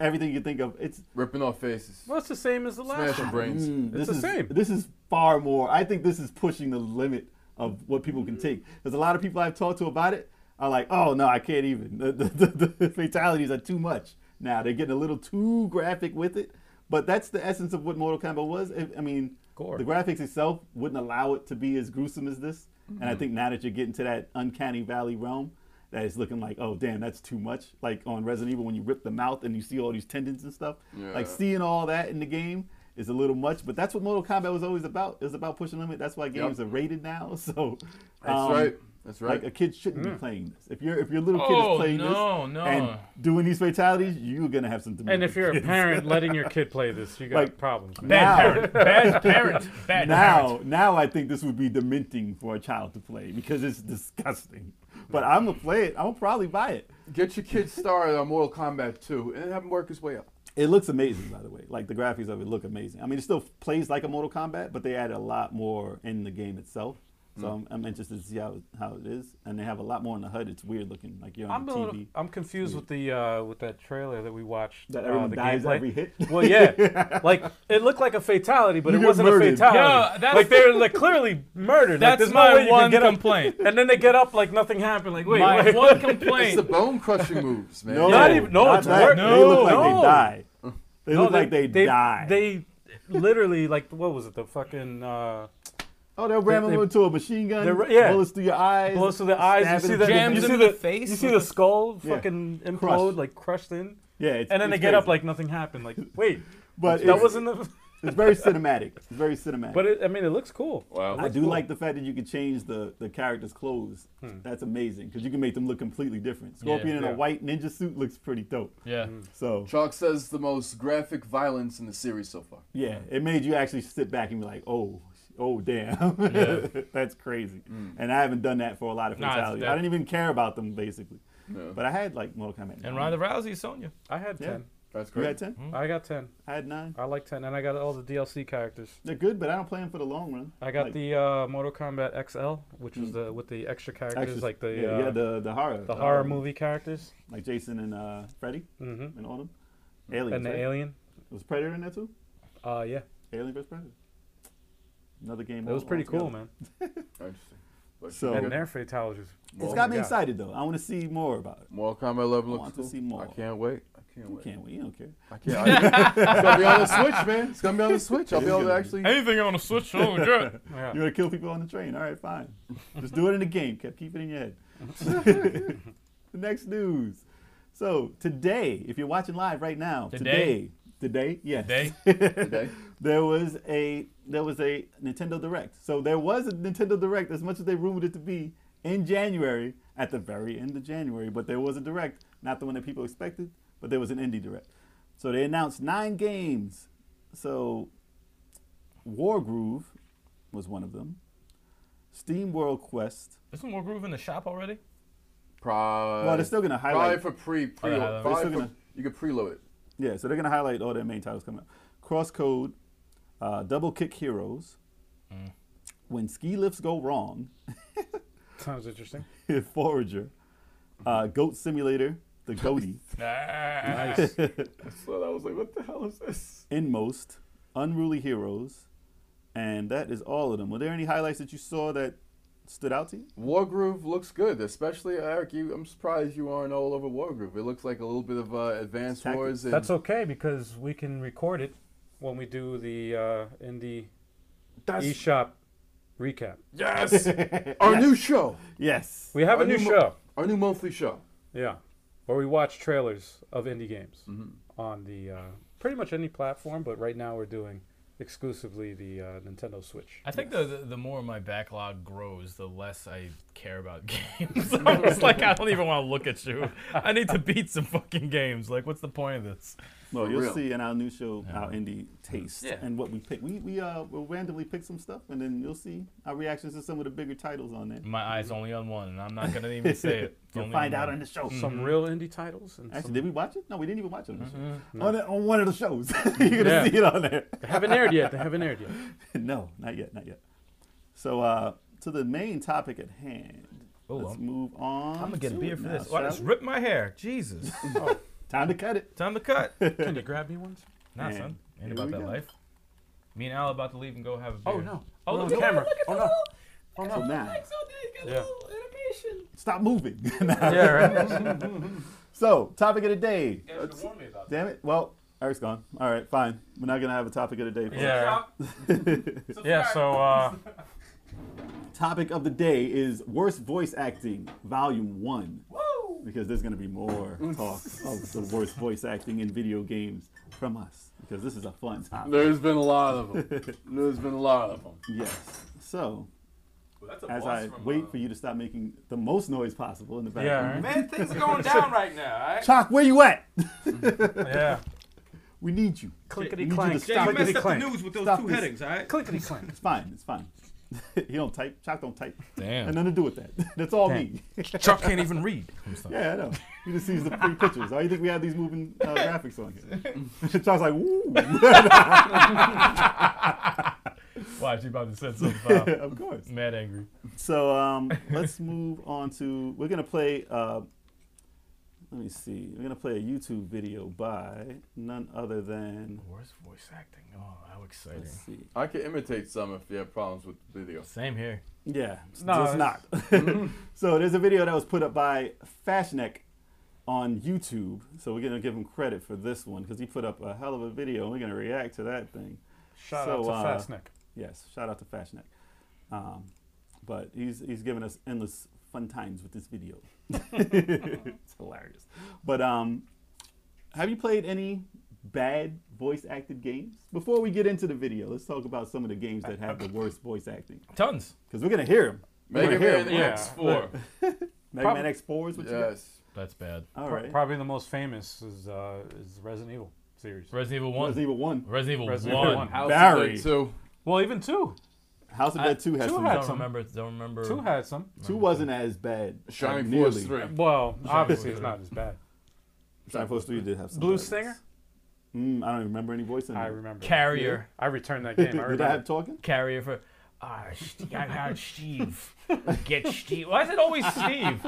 Everything you think of, it's
Ripping off faces.
well, it's the same as the last.
Smashing
one.
brains.
Mm, this
the
is
same.
this is far more. I think this is pushing the limit of what people can take. There's a lot of people I've talked to about it are like, oh no, I can't even. [LAUGHS] The, the, the, the fatalities are too much. Now they're getting a little too graphic with it, but that's the essence of what Mortal Kombat was. If- I mean,
Gore.
the graphics itself wouldn't allow it to be as gruesome as this. And
Mm-hmm.
I think now that you're getting to that uncanny valley realm, that is looking like, oh damn, that's too much. Like on Resident Evil, when you rip the mouth and you see all these tendons and stuff. Like
Yeah.
seeing all that in the game is a little much, but that's what Mortal Kombat was always about. It was about pushing limit. That's why games are rated now. [LAUGHS] So
That's
um,
right. That's right.
Like a kid shouldn't be playing this. If your if your little kid
Oh,
is playing
no,
this
no.
and doing these fatalities, you're gonna have some.
And if you're a parent letting your kid play this, you got
Like,
problems. man.
now, [LAUGHS]
Bad parent. Bad
now, now I think this would be dementing for a child to play because it's disgusting. But I'm gonna play it. I'm gonna probably buy it.
Get your kid started on Mortal Kombat 2 and have him work his way up.
It looks amazing, by the way. Like the graphics of it look amazing. I mean, it still plays like a Mortal Kombat, but they add a lot more in the game itself. So I'm, I'm interested to see how how it is, and they have a lot more in the HUD. It's weird looking, like you're on
I'm
the
a
TV.
little, I'm confused with the uh, with that trailer that we watched.
That
uh,
everyone
the
dies
gameplay.
every [LAUGHS]
[LAUGHS]
hit? [LAUGHS]
Well, yeah, like it looked like a fatality, but
You
it
get
wasn't
murdered.
a fatality.
Yeah, that's- [LAUGHS]
like they're like clearly murdered.
That's
like, there's no
my
way [LAUGHS] you can
one
get up-
complaint.
and then they get up like nothing happened. Like wait,
My
wait. [LAUGHS]
one
It's the
complaint.
bone crushing [LAUGHS] moves, man.
Not even- no, it's
that.
worse.
They look like they
No.
die. They
No,
look like they, die.
Oh, They literally like what was it? The fucking uh,
oh, they'll ram
they-
them into a machine gun.
they're- yeah.
bullets through your eyes.
blows through the eyes. You
stabbing
see
them
the
through
Jams
you see
into
the
the face?
You see the skull
Yeah.
fucking implode,
Crushed.
like crushed in,
Yeah, it's,
and then they
it's
get
crazy.
up like nothing
[LAUGHS]
happened. Like wait,
But
that
it's,
wasn't the. [LAUGHS]
it's very cinematic. It's very cinematic.
But it, I mean, it looks cool.
Wow.
I do like the fact that you can change the, the character's clothes. That's amazing because you can make them look completely different. Scorpion in a
Hmm. yeah.
white ninja suit looks pretty dope.
Yeah.
So
Chalk says the most graphic violence in the series so far.
yeah, it made you actually sit back and be like, oh, oh damn, [LAUGHS] that's crazy. And I haven't done that for a lot of
Nah, it's
fatalities. I
that-
didn't even care about them basically.
Yeah.
But I had like Mortal Kombat.
And
nine.
Ronda Rousey, Sonya.
I had
Yeah.
ten.
That's
you
great.
had ten.
I got ten.
I had nine.
I like ten, and I got all the DLC characters.
They're good, but I don't play them for the long run.
I got
Like, Hmm.
the uh, Mortal Kombat XL, which was the with the extra characters,
actually-
like the
yeah,
uh,
yeah, the the horror
the
uh,
horror movie characters
like Jason and uh, Freddy
Mhm.
and all them. Aliens.
and the
right?
alien.
Was Predator in that too?
Uh, yeah,
Alien vs Predator. Another game.
that was
all- Oh,
pretty
altogether.
cool, man.
Interesting. But
So-
you
And
got-
their fatalities.
It's
Oh
got
my
me
God.
excited though. I want to see more about it.
Mortal Kombat 11 looks
want to
cool.
see more.
I can't wait. I can't
You
wait.
can't wait. You don't care.
I can't. I, it's gonna be on
[LAUGHS]
the Switch, man. It's gonna be on the Switch. I'll be able to
gonna be.
actually.
Anything on the Switch, oh, yeah.
[LAUGHS] Yeah.
You want to kill people on the train? All right, fine.
[LAUGHS]
Just do it in the game. Kept keep it in your head.
[LAUGHS]
the next news. So today, if you're watching live right now,
Today?
today, today, yes,
Today?
[LAUGHS]
Today.
there was a there was a Nintendo Direct. So there was a Nintendo Direct, as much as they rumored it to be in January, at the very end of January. But there was a Direct, not the one that people expected, but there was an indie Direct. So they announced nine games. So Wargroove was one of them. Steam World Quest.
Isn't War Groove in the shop already?
Probably.
Well, they're still gonna
Probably
highlight.
for pre pre.
Oh, yeah,
probably
they're
for,
still gonna-
You could preload it.
Yeah, so they're gonna highlight all their main titles coming up. Crosscode, uh, Double Kick Heroes, when ski lifts go wrong,
Sounds interesting.
[LAUGHS] Forager, uh, Goat Simulator, the Goaty,
Nice.
So that was like, what the hell is this?
[LAUGHS] Inmost, Unruly Heroes, and that is all of them. Were there any highlights that you saw that stood out to you?
Wargroove looks good, especially Eric. You, I'm surprised you aren't all over Wargroove. It looks like a little bit of uh, Advanced
Tactics.
Wars. And [LAUGHS]
That's okay because we can record it when we do the uh, indie eShop recap.
yes, [LAUGHS] our new show,
Yes.
We have
Our
a new
new mo-
show.
our new monthly show.
Yeah, where we watch trailers of indie games
Mm-hmm.
on the uh, pretty much any platform, but right now we're doing exclusively the uh, Nintendo Switch.
I think the, the the more my backlog grows, the less I care about [LAUGHS]
[LAUGHS]
games. I was like, I don't even want to look at you. I need to beat some fucking games. Like, what's the point of this?
Well, you'll
real.
see in our new show our indie taste
Yeah.
and what we pick. We we uh will randomly pick some stuff and then you'll see our reactions to some of the bigger titles on there.
My eyes only on one, and I'm not gonna
[LAUGHS]
even say it. It's
You'll
Mm-hmm. only
find
on
out
one.
on the show.
Some real indie titles and
Actually,
Mm-hmm. some
did we watch it? No, we didn't even watch it on the show. On, the- on one of the shows, [LAUGHS] you're gonna
Yeah.
see it on there.
they haven't aired yet. They
[LAUGHS]
haven't aired yet.
no, not yet, not yet. So uh, to the main topic at hand.
Ooh,
Let's
I'm-
move on.
I'm gonna Oh, get a
to
beer
it
for
now,
this. Oh, I
shall
just
we?
ripped my hair.
[LAUGHS]
Jesus.
Time to cut it.
Time to cut.
Oh, Can you grab me ones?
[LAUGHS] Nah,
Man,
son.
here
Ain't about
we
that
go.
life. Me and Al about to leave and go have a beer.
Oh no!
Oh,
Oh,
look
the
at-
camera!
look at
Oh
the
no!
little-
Oh
So
no!
now,
Yeah.
stop moving. [LAUGHS]
Yeah, right.
so topic of the day.
Let's-
Damn it. Well, Eric's gone. All right, fine. We're not gonna have a topic of the day. folks.
Yeah,
[LAUGHS]
right. yeah. So uh,
Topic of the day is worst voice acting, volume one. Woo! Because there's gonna be more talk of the worst voice acting in video games from us. Because this is a fun topic.
There's been a lot of them. There's been a lot of them.
Yes. So
That's a
as I
uh,
wait for you to stop making the most noise possible in the
yeah,
background.
right.
Man, things are
[LAUGHS]
going down right now. All right?
Chalk, where you at?
yeah.
We need you.
Clickety
We need you to
clank.
Jay, you
stop
messed
it.
up the
clank.
news with those
Stop
two
this.
headings, all right?
Clickety clank.
It's fine. It's fine. [LAUGHS] he don't type. Chalk don't type. And
Damn.
nothing to do with that. [LAUGHS] That's all me.
Chuck can't
[LAUGHS]
even read. I'm sorry.
yeah, I know. He just sees the three pictures. Why do you think we have these moving uh, graphics on here? [LAUGHS] Chalk's like, woo.
Watch, you about to said
[LAUGHS]
something.
[LAUGHS]
About
of course.
mad angry.
So um, let's move on to. We're gonna play. Uh, let me see. We're gonna play a YouTube video by none other than.
Worst voice acting. Oh, how exciting.
Let's see.
I can imitate some if you have problems with the video.
Same here.
Yeah, it's
No,
just not. [LAUGHS] so there's a video that was put up by Fashneck on YouTube. So we're gonna give him credit for this one because he put up a hell of a video, and we're gonna react to that thing.
Shout
So,
out to
uh,
Fastneck.
Yes, shout out to Fashneck. Um, but he's he's giving us endless fun times with this video. [LAUGHS] it's hilarious. But um, have you played any bad voice acted games? Before we get into the video, let's talk about some of the games that have the worst voice acting
Tons.
because we're gonna hear them.
Mega Man
Yeah.
X4.
Mega Man X4 is what you got.
Yes.
That's bad.
All
Pro-
right.
Probably the most famous is uh, is Resident Evil series.
Resident Evil 1.
Resident Evil One.
Resident Evil
Resident
1.
Evil 1.
House
Barry.
Barry. Two.
Well, even two.
House of Dead Two has
two
some.
had-
Don't
some.
remember. Don't remember.
Two had some.
Two wasn't as bad.
Shining
nearly.
Force 3.
Well, obviously it's not as bad.
Shining Force Three did have some.
Blue
bad ones.
Stinger?
Mm, I don't even remember any voice in it.
I remember.
Mm-hmm. Carrier.
I returned that game.
[LAUGHS]
I
Did I have
remember.
talking?
Carrier for. Ah, Steve, I got Steve. Get Steve. Why is it always Steve?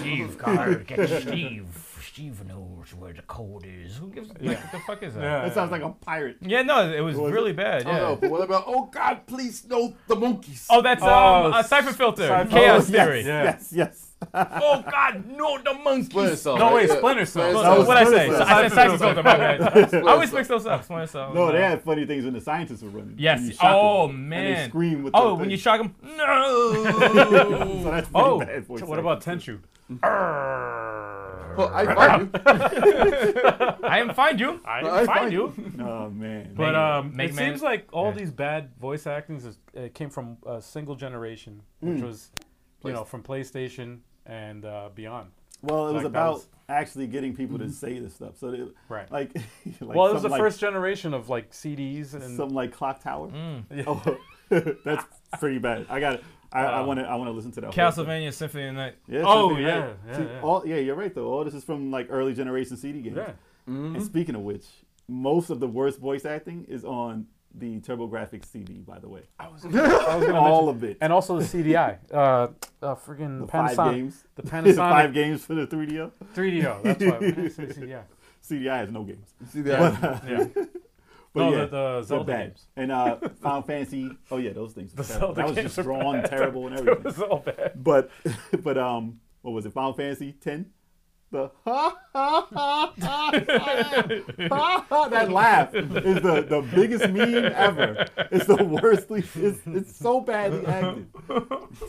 Steve, Carter, get Steve. Steve knows where the code is. Who gives? Like, what the fuck is that?
Yeah.
That sounds like a
[LAUGHS]
pirate.
Yeah, no, it was,
Was
really bad.
Oh,
Yeah.
no, but what about, oh God, please, no, the monkeys.
Oh, that's um,
Oh,
a cipher filter.
Cypher-
Chaos
Oh,
theory.
Yeah.
Yes, yes.
Oh God, no, the
Splinter
monkeys.
Cell,
No,
right?
wait,
Yeah.
Splinter Cell.
Splinter
No,
That was
what I
Splinter
say?
Cell.
I said cipher filter.
[LAUGHS]
My bad. I always
Cell.
mix those up. Splinter
Oh,
Cell.
No, they
no.
had funny things when the scientists were running.
Yes.
And you shock
Oh
them,
man.
And they scream with.
oh,
the
when you
thing.
shock him. No.
[LAUGHS] So that's pretty
Oh,
bad voice acting.
what about Tenchu?
Well, I find you.
I am find you. I
I
am
find
find you.
Oh man.
But um,
Mega
it
Man-
seems like all
yeah.
these bad voice actings is, uh, came from a single generation, which
Hmm.
was, you know, from PlayStation and uh, beyond.
well, it was
like, that
about
was- Mm-hmm.
actually getting people to say this stuff. So, they,
Right.
Like, [LAUGHS] like
well, it was the
something like,
first generation of like CDs and
something like Clock Tower.
Mm.
[LAUGHS] Oh, that's pretty bad. I got. it. I, I want to. I want to listen to that. whole thing.
Castlevania Symphony of the Night.
Yeah,
Oh,
Symphony of the
yeah,
Night.
yeah,
See,
yeah.
All, yeah, you're right though. All this is from like early generation CD games.
yeah.
And speaking of which, most of the worst voice acting is on the TurboGrafx CD, by the way. [LAUGHS]
I was gonna
All
mention-
of it.
And also the CDI, uh, uh, friggin'
the
Panasonic,
five games. [LAUGHS]
the
The
Panasonic
five games for the 3DO.
3DO. That's why
[LAUGHS]
we didn't say CDI.
CDI has no games.
See that?
[LAUGHS] Yeah.
But
No,
yeah,
the, the
they're
Zelda
bad.
games.
And
[LAUGHS]
uh, Final Fantasy. Oh yeah, those things. Were terrible.
Zelda
That was
games
just
were
drawn
[LAUGHS]
terrible and
It
everything.
was all bad.
But [LAUGHS] but um, what was it? Final Fantasy ten. The [LAUGHS] ha ha ha ha ha ha that laugh is the, the biggest meme ever. It's the worst. It's, it's so badly acted.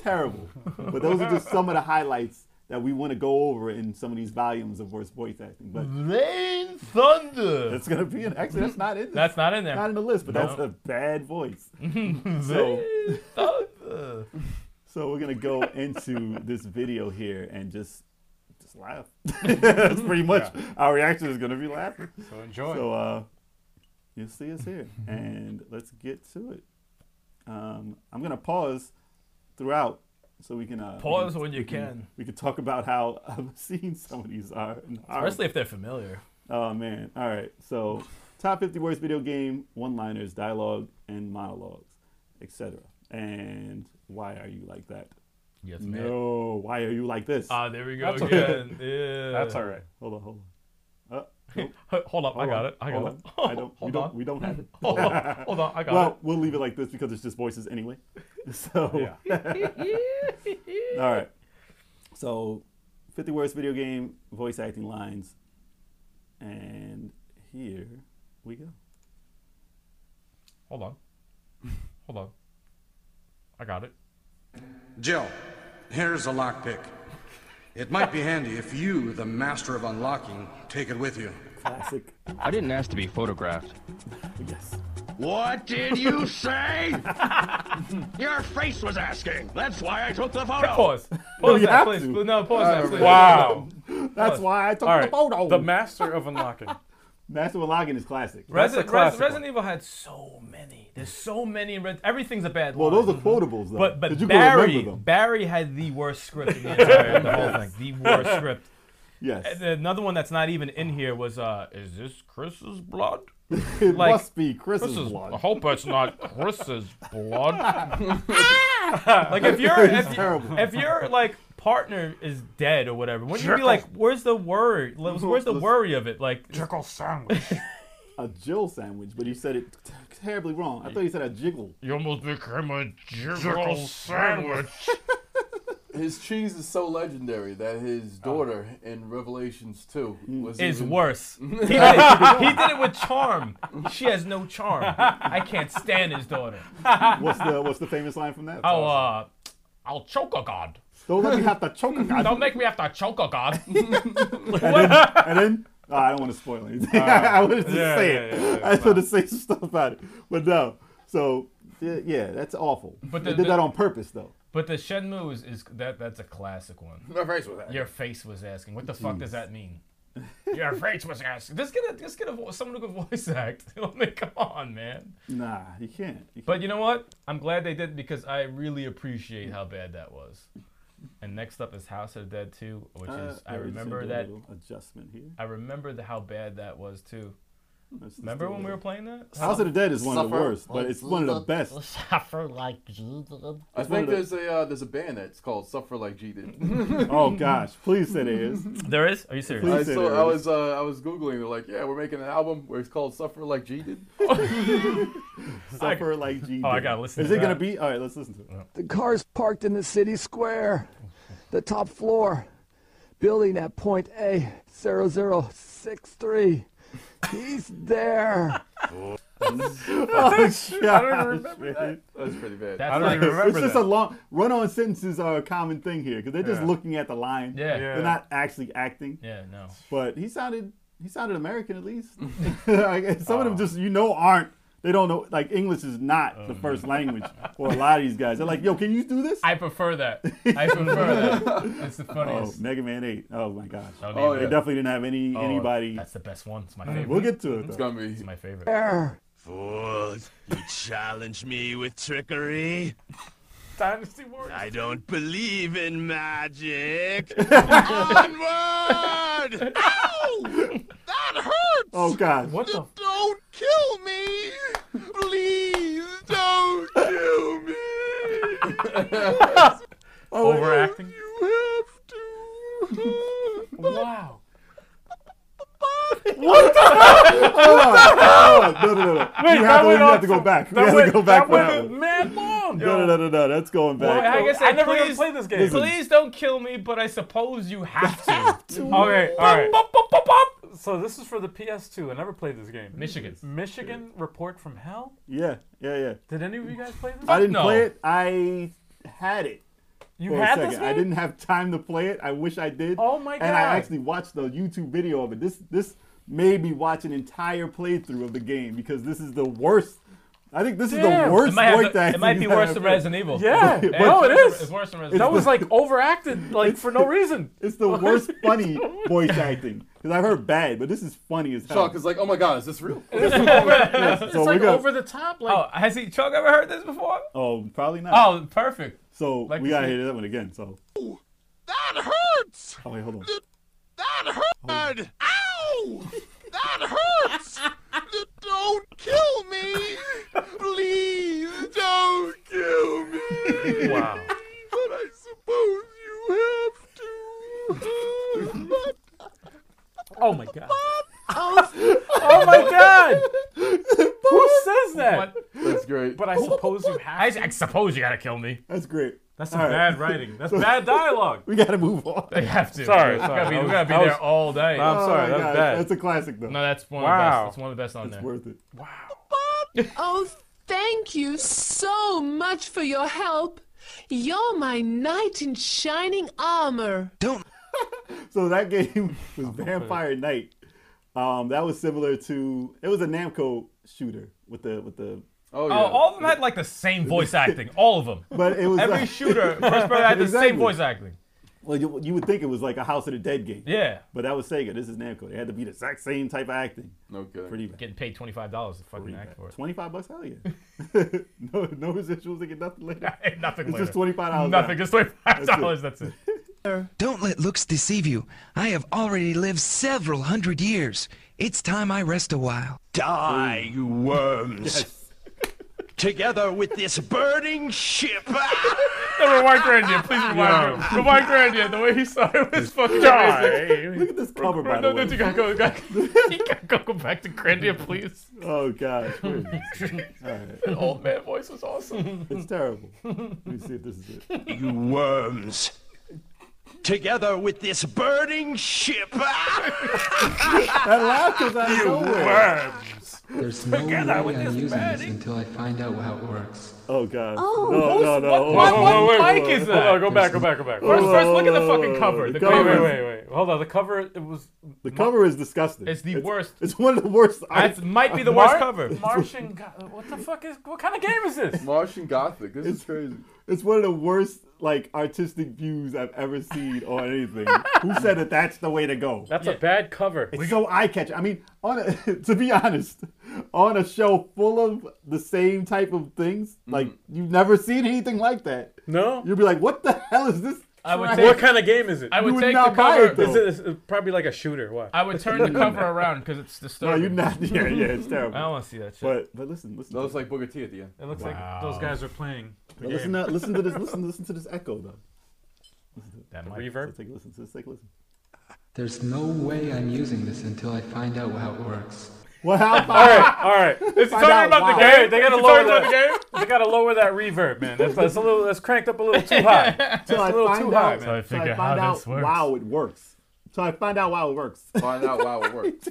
Terrible. But those are just some of the highlights that we want to go over in some of these volumes of worst voice acting. But
Mm-hmm.
Rain Thunder.
that's gonna be an actually that's not in this,
That's not in there. [LAUGHS]
not in the list, but that's
No.
a bad voice. so So we're gonna
[LAUGHS]
go into this video here and just just laugh.
[LAUGHS]
That's pretty much our reaction is gonna be laughing.
So enjoy.
So uh, you'll see us
[LAUGHS]
here, and let's get to it. Um, I'm gonna pause throughout so we can uh,
Pause
We can,
when you
we
can.
[CLEARS THROAT] we can talk about how [LAUGHS] obscene some of these are. and horrible.
Especially if they're familiar.
Oh man. All right. So, top 50 worst video game one-liners, dialogue and monologues, etc. And why are you like that?
Yes, man.
No. Why are you like this?
Ah, there we go
That's okay.
again. Yeah.
That's all right.
hold on. Hold on. Uh,
H- Hold up, I
hold
got
on,
it. I got
hold
it. [LAUGHS]
on. I don't. we
Hold
don't.
on.
We don't
[LAUGHS]
have it. [LAUGHS]
Hold on, hold on, I got
well, we'll leave it like this because it's just voices anyway. [LAUGHS] So, all right. So, 50 worst video game voice acting lines. And here we go.
it. Hold on. [LAUGHS] Hold on. I got it.
Jill, here's a lockpick. It might be handy if you, the master of unlocking, take it with you.
[LAUGHS]
Classic.
I didn't ask to be photographed.
yes.
What did you
[LAUGHS]
say? Your face was asking. That's why I took the photo.
[LAUGHS]
Pause. Pause
have
that, please.
to.
No, pause that, please.
[LAUGHS] Wow.
That's why I took
All
the
right.
photo.
The master of unlocking.
Master of Logging is classic.
Resi-
a
Res-
classic
Resident Evil had so many. There's so many. Res- Everything's a bad
Well,
line.
those are quotables, though.
But
'cause
but
you can
Barry
remember them.
Barry had the worst script in the entire the whole thing. The worst script.
Yes.
Another one that's not even in here was uh, is this Chris's blood?
[LAUGHS] It
like,
must be Chris's
Chris's blood. I
blood.
hope it's not Chris's blood. like if
[LAUGHS]
you're if,
terrible.
you, if your like partner is dead or whatever, wouldn't you be like, where's the worry? Like, Where's the worry of
[LAUGHS]
it? Like
Pickle
[LAUGHS]
sandwich.
A Jill sandwich, but he said it t- terribly wrong. I thought he said a
[LAUGHS]
jiggle.
you almost became a jiggle sandwich.
His cheese is so legendary that his daughter in Revelations 2 was
Is
even-
worse. He did, it, he did it with charm. She has no charm. I can't stand his daughter.
What's the What's the famous line from that?
Oh, uh, I'll choke a god.
Don't let me have to
[LAUGHS]
choke a guy.
Don't make me have to choke a god.
[LAUGHS]
[LAUGHS]
And then oh, I don't want to spoil
Oh,
anything. [LAUGHS] I wanted to
yeah,
say
yeah,
it.
yeah,
[LAUGHS]
yeah.
I just wanted to say some stuff about it, but no. So yeah, yeah that's awful. But
But
they
the-
did
the-
that on purpose, though.
But the Shenmue is, is that that's a classic one.
My face was asking.
Your face was asking. What the fuck does that mean? Your face was asking. Just get a just get a vo- someone who can voice act. [LAUGHS] I mean, come on, man.
Nah, you can't. You
But you know what? I'm glad they did because I really appreciate how bad that was. And next up is House of the Dead 2, which
can't.
is
Uh,
I
there is
remember
a
that
little Adjustment here.
I remember the, how bad that was too.
Let's just
Remember
do
when
a
we were
little-
playing that?
House of the Dead is one of the
Suffer.
worst, but it's one of the best.
Suffer like Jesus.
I
one
think
of
there's a uh, there's a band that's called Suffer Like G did.
Oh gosh, please say there is.
There is? Are you serious?
I,
Please say
saw,
there
I
is.
was uh, I was googling. They're like, yeah, we're making an album where it's called Suffer Like G did.
Suffer like G.
Oh, I
did.
gotta listen
Is
to
it gonna
that.
be? All right, let's listen to it.
The car's parked in the city square, the top floor, building at point A 0063. He's
[LAUGHS]
there.
Oh, shit. I don't remember
That's pretty bad.
That's
don't
like,
[LAUGHS]
even remember
It's just
that.
a long run-on sentences are a common thing here because they're just looking at the line.
yeah. yeah.
They're not actually acting,
no.
but he sounded he sounded American at least. Like, Some of them just you know aren't. They don't know like English is not the first language for a lot of these guys. They're like, yo, can you do this?
I prefer that. I prefer that. [LAUGHS] It's the
oh,
funniest.
Mega Man Eight. Oh my gosh.
That would be
Oh,
amazing.
They definitely didn't have any
Oh,
anybody.
That's the best one. It's my favorite.
We'll get to it.
It's
though.
gonna be. [LAUGHS]
It's my favorite.
There.
Fools, you challenge me with trickery?
Dynasty Warriors.
I don't believe in magic. Onward!
[LAUGHS]
Ow! That hurts!
Oh gosh.
What the?
Don't kill me! Leave
Oh,
Overacting.
wow.
What the hell? Hold on. Oh, No, no, no, no.
Wait,
you
that
have to,
went
you
on
have to go
for-
back. [LAUGHS]
that
we have
went-
to go back
that
for that
went
one.
mad long.
No, no, no, no, no. That's going back.
I guess
I never even
please-
played this game.
Please don't kill me, but I suppose you have [LAUGHS] to.
Okay, all right. So this is for the PS2. I never played this game.
Michigan.
Michigan Report from Hell.
Yeah, yeah, yeah.
Did any of you guys play this?
I didn't
no.
play it. I had it.
You
for a
had
second.
this
I
game?
didn't have time to play it. I wish I did.
Oh my
And I
God.
actually watched the YouTube video of it. This this made me watch an entire playthrough of the game because this is the worst. I think this is
Damn.
the worst
It might, have
voice
to-
acting
it might be
that
worse
I've
than
heard.
Resident Evil.
Yeah.
But-
no, it is.
It's worse than Resident
that
Evil.
was like
[LAUGHS]
overacted, like for no reason.
It's the worst funny voice acting because I've heard bad, but this is funny as hell.
Chuck is like, oh my god, is this real? [LAUGHS]
so
It's like
we got,
over the top. Like
Oh, has he Chuck ever heard this before?
oh, probably not.
Oh, perfect.
so
like
we
you
gotta
said-
hear that one again. So
That hurts!
oh wait, hold on.
That hurt! Ow! That hurts! don't kill me! Please don't kill me! Wow. But I suppose
Oh,
you have to.
Oh my god. [LAUGHS] oh my god. Who says that?
What?
That's great.
But I suppose you have.
I, I suppose you gotta kill me.
That's great.
That's
All right.
bad writing. That's bad dialogue.
We gotta move on. [LAUGHS]
You have to.
Sorry,
We're
sorry.
gonna be,
I
we're
was-
gonna be
I was-
there all day.
[LAUGHS] I'm sorry.
my
Oh
that was
gosh,
bad.
That's a classic though.
no, that's one of the
Wow.
best. It's one of the best on there.
It's worth it.
Oh, thank you so much for your help. You're my knight in shining armor.
So that game [LAUGHS] was Vampire Knight. Um, that was similar to it was a Namco shooter with the with the
Oh,
Oh,
uh,
yeah.
all of them had like the same
[LAUGHS]
voice acting. All of them.
but it was
Every
like-
shooter, first person had the
Exactly.
same voice acting.
[LAUGHS] Well, you, you would think it was like a House of the Dead game.
Yeah.
But that was Sega. This is Namco. They had to be the exact same type of acting.
no good.
Pretty bad.
Getting paid twenty five dollars to fucking
Pretty
act
bad.
for it.
Twenty five bucks,
[LAUGHS]
hell yeah. [LAUGHS] no no residuals, they get nothing later.
Ain't [LAUGHS] nothing
It's
later.
just twenty five dollars.
Nothing. Just twenty five
That's it.
dollars. That's it.
Don't let looks deceive you. I have already lived several hundred years. It's time I rest a while.
Die, you worms! Together with this burning ship! [LAUGHS] Ah!
[LAUGHS]
No, rewind Grandia, please rewind. Yeah. Rewind Grandia. The way he saw it was fucking [LAUGHS] amazing.
Look at this cover by the
No, no, you
way.
gotta go. You gotta,
[LAUGHS]
you gotta go back to
[LAUGHS]
Grandia, please.
Oh
[LAUGHS]
gosh. wait.
That old man voice was awesome.
It's terrible. Let me see if this is it.
you worms! Together with this burning ship! Ah!
That laugh comes out of nowhere.
There's no way I'm using this until I find out how it works.
Oh god.
Oh,
no, no, no.
What, what, what mic is that?
Hold on,
go back, go back, go back.
First, first, look at the fucking cover.
The
The
cover.
cover.
Wait, wait, wait. Hold on. The cover. It was.
The cover is disgusting.
It's the worst.
It's one of the worst.
That might be the
Mar-
worst cover.
Martian. Go- what the fuck is? What kind of game is this?
Martian Gothic. This is crazy.
It's one of the worst like artistic views I've ever seen on anything. Who said that that's the way to go?
That's a bad cover.
It's so eye catching. I mean, on a, [LAUGHS] to be honest, on a show full of the same type of things, like
Mm.
you've never seen anything like that.
No.
You'll be like, what the hell is this?
I would
trash?"
take-
What kind of game is it?
I
You
would
would
take the
not buy it,
cover.
though.
Is it it's probably like a shooter? What?
I would turn the cover around because it's
No,
disturbing.
you're not. Yeah, yeah, it's
I don't
terrible.
want to see that shit.
But but listen, listen.
That looks like Booker T at the end.
It looks
Wow.
like those guys are playing.
But listen, to, listen to this. Listen, listen to this echo though.
that might.
So
Reverb.
take a listen. So take a listen.
There's no way I'm using this until I find out how it works.
Well, how
All right, [LAUGHS] all right.
It's
Find
talking
out
about the
why.
game.
Hey, they gotta
It's
lower
talking about
that-
the
They gotta lower that reverb, man. That's, that's a little. That's cranked up a little
[LAUGHS]
too high. That's
Till
a
I
little
find
too
out,
high, man.
So I
till I
figure
find
how
out
this works.
wow it works. So I find out wow
[LAUGHS]
it works.
Find out wow it works.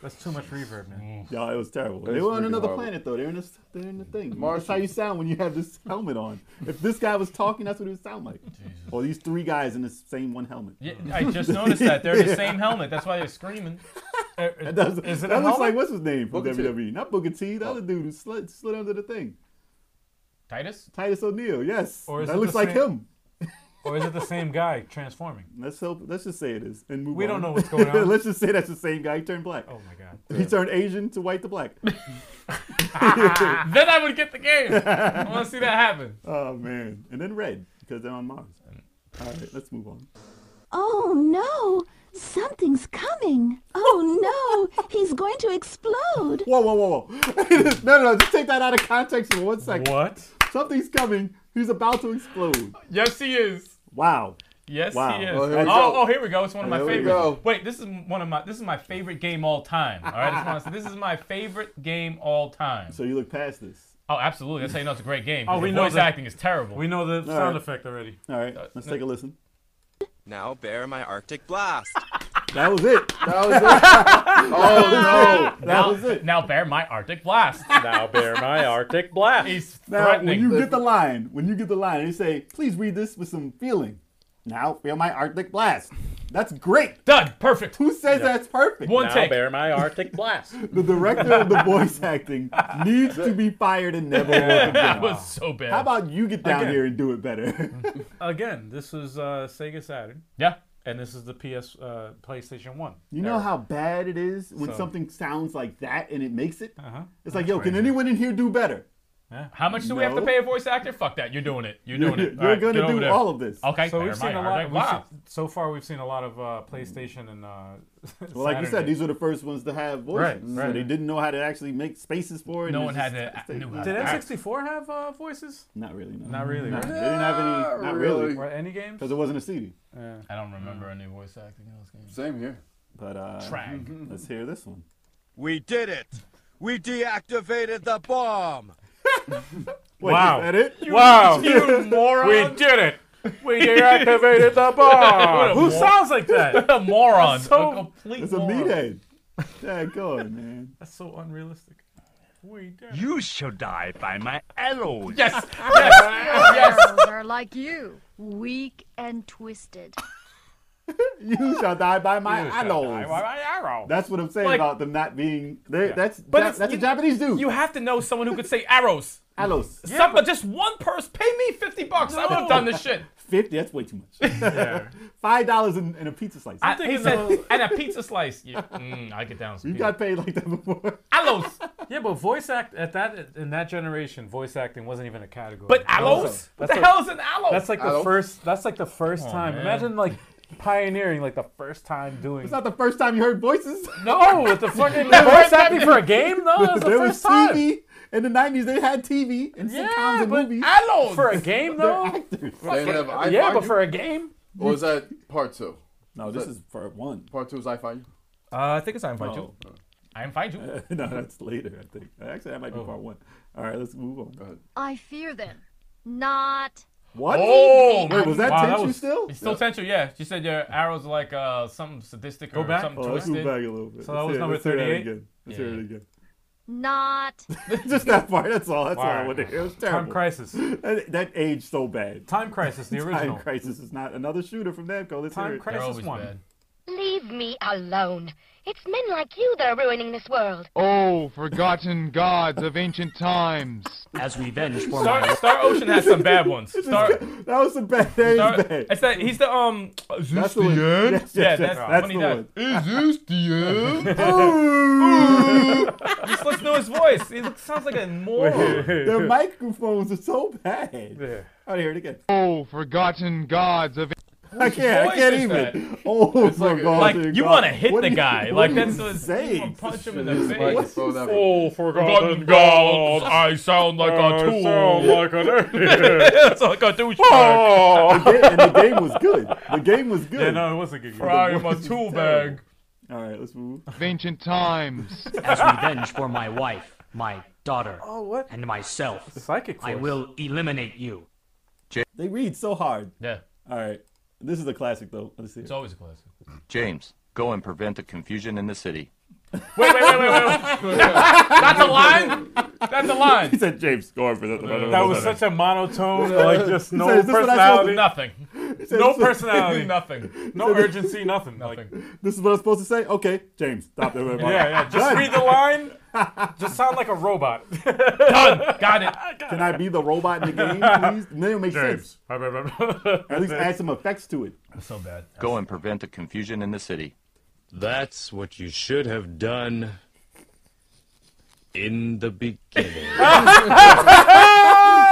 That's too much reverb, man.
Yo, it was terrible. They
That's
were on
freaking
another
horrible.
planet though. They're in this they're in the thing.
Martian.
That's how you sound when you have this helmet on. If this guy was talking, that's what it would sound like. Or these three guys in the same one helmet.
Yeah, I just noticed
[LAUGHS]
that they're in the same helmet. That's why they're screaming. Er,
That, does,
Is it
that
a
looks
helmet?
like what's his name from
Booker T. Oh.
WWE? Not Booker T, the other dude who slid, slid under the thing.
Titus.
Titus O'Neil, yes.
Or is
that
it the
looks like
same-
him.
Or is it the same guy transforming?
Let's help let's just say it is and move
We don't
on.
know what's going on.
[LAUGHS] let's just say that's the same guy. He turned black.
Oh my
[LAUGHS]
god.
He turned Asian to white to black. [LAUGHS]
Then I would get the game. I want to see that happen.
Oh man, and then red because they're on Mars. All right, let's move on.
Oh no! Something's coming! Oh no! He's going to explode!
[LAUGHS] Whoa, whoa, whoa, whoa! no, no, no, just take that out of context for one second.
What?
Something's coming. He's about to explode.
Yes, he is.
Wow.
Yes,
Wow.
he is.
Well, here we
oh,
go.
oh, here we go. It's one of
Here
my
we
favorites.
go.
Wait, this is one of my this is my favorite game all time. All right, I just want to say this is my favorite game all time.
So you look past this.
Oh, absolutely. That's how you know it's a great game.
Oh,
because
we
the
know
voice
the-
acting is terrible.
we know the
All
sound
right.
effect already.
All right,
Uh,
let's take a listen.
Now bear my Arctic blast.
That was it. That was [LAUGHS]
Oh,
no. That
now,
was it.
Now bear my Arctic
[LAUGHS]
blast.
now bear [LAUGHS] my Arctic blast.
He's
Now, when
threatening.
you get the line, when you get the line, they say, please read this with some feeling. Now, feel my Arctic blast. That's great.
Done. Perfect.
Who says that's perfect?
now bear my
[LAUGHS]
Arctic blast.
The director of the voice acting needs to be fired and never work again.
That was so bad.
How about you get down
Again.
here and do it
[LAUGHS]
better?
Again, this was uh, Sega Saturn.
Yeah.
And this is the PS uh, PlayStation One.
You know how bad it is when
So-
something sounds like that and it makes it?
Uh-huh.
It's like, yo, can anyone in here do better?
How much do we have to
No.
pay a voice actor? Fuck that. You're doing it. You're
You're-
doing
[LAUGHS]
it.
you're
right,
gonna
get over
do
there.
all of this.
Okay.
So
bear
we've seen
my
a lot.
Arctic
we've
blast.
seen- so far, we've seen a lot of uh, PlayStation and. Uh, [LAUGHS]
Well, like you
Saturn
said, these were the first ones to have voices.
Right, right.
So they didn't know how to actually make spaces for it.
No
and
one
it
had
just-
to-
they-
knew how
Did N64 have uh, voices?
Not really, no.
Not really,
No,
right?
They didn't have any, not really.
Or any games?
Because it wasn't a CD.
I don't remember any voice acting in those games.
[LAUGHS] Same here.
But uh,
Trag.
[LAUGHS] let's hear this
[LAUGHS]
one.
We did it. We deactivated the bomb.
Wait,
Wow.
Is that it?
[LAUGHS] Wow. [LAUGHS]
[LAUGHS]
You moron.
We did it. We deactivated [LAUGHS] the bomb. Who sounds like [LAUGHS] that?
a moron.
So-
a complete
It's a
moron.
meathead. Dad, go on,
[LAUGHS]
man.
That's so unrealistic. We did.
You shall die by my arrows.
[LAUGHS] Yes.
Arrows are like you, weak and twisted.
You shall die by my
You shall die by
allows.
my arrow.
That's what I'm saying
Like-
about them not being. They, That's
But
Ja-
it's-
that's
you-
a Japanese dude.
You have to know someone who could say arrows.
Allos.
Some, but just one person. Pay me fifty bucks. I would have done this [LAUGHS] shit.
Fifty. That's way
[LAUGHS]
too much. [LAUGHS] Five dollars and, and a pizza slice.
I, he said, and a pizza slice. [LAUGHS] Yeah, mm, I get down. Some
you
pizza.
got paid like that before. [LAUGHS]
aloes,
Yeah, but voice act at that in that generation, voice acting wasn't even a category.
but aloes. What
That's
the
a-
hell is an aloe?
That's like the
Aloes?
first. That's like the first
on,
time.
man.
Imagine like pioneering, like the first time doing.
It's not the first time you heard voices.
no, with the
[LAUGHS]
fucking voice acting for a game. [LAUGHS] No, that's the
there was
first time.
TV in the nineties. They had TV and
Yeah,
sitcoms and
but
movies.
aloes.
For a game though.
Actors.
They didn't have I
Yeah,
Find
but
You?
for a game.
Or was that part two?
No, this is part one.
Part two is I Find You?
Uh, I think it's Iron Fight 2.
I'm fine.
[LAUGHS]
You.
[LAUGHS] no, that's later. I think. Actually, that might
Oh.
be part one. All right, let's move on.
I fear them, not
What?
Oh,
Wait, was that
wow, that
tension
was-
still?
It's still sensual, yeah. She said your arrows are like uh, something sadistic or
Go back.
something
Oh, let's move
twisted.
back a little bit.
So that
Let's
was
hear it.
number
Let's hear that
38?
again. Let's hear it again. [LAUGHS]
not
Just that part. That's all. That's all I
Alright.
wanted to hear. It was
Time
terrible. [LAUGHS]
Crisis.
That, that aged so bad.
Time Crisis, the original.
Time Crisis is not another shooter from Namco. Let's hear
Time
it.
They're
Crisis
always
one.
bad.
Leave me alone. It's men like you that are ruining this world.
Oh, forgotten gods of ancient times.
As revenge for
Star, Star Ocean has some bad ones. Star,
That was a bad. That is
Star
bad.
it's that he's the um. Is this
That's the one. Yes, yes,
Yeah,
yes,
that's,
that's
when he
the
dies.
one.
Is this the
[LAUGHS]
end?
Just listen [LAUGHS] to his voice. He looks, sounds
[LAUGHS]
like a moron.
Their microphones are so bad. I'll hear it again.
Oh, forgotten gods of.
I can't. I
voice
can't
is
even. Oh my god!
Like
dear
you
God.
want to hit
What
the
do you- [LAUGHS]
guy.
what
like
do
that's
you
what
say?
you wanna punch him in the face. [LAUGHS]
Like, throw that one.
Oh,
Forgotten gods, I sound like
[LAUGHS]
a tool.
like
That's like a douchebag.
The ga- and the game was good. The game
[LAUGHS]
was good.
Yeah, no, it wasn't good.
Fry in my tool bag.
All right, let's move.
ancient times.
as revenge for my wife, my daughter,
Oh, what?
and myself.
Psychic
I
force.
will eliminate you.
They read so hard.
Yeah,
All right, this is a classic though. Let's see.
it's always a classic.
James, go and prevent the confusion in the city.
Wait, wait, wait, wait, wait. wait. That's a line. That's a
he
[LAUGHS]
line.
said James scored for that.
That was such a monotone, like just no
said, "Is this what I told
personality,
you?"
Nothing.
no personality, [LAUGHS]
Nothing.
no urgency, nothing. Like,
This is what I'm supposed to say. Okay, James, stop
[LAUGHS]
that.
yeah, yeah. Just
Done.
read the line. Just sound like
[LAUGHS]
a robot.
Done. Got it.
Can I be the robot
[LAUGHS]
in the game, please? And then it'll make sense. Or at least
James.
add some effects to it.
That's so bad.
Go and prevent the confusion in the city.
That's what you should have done in the beginning.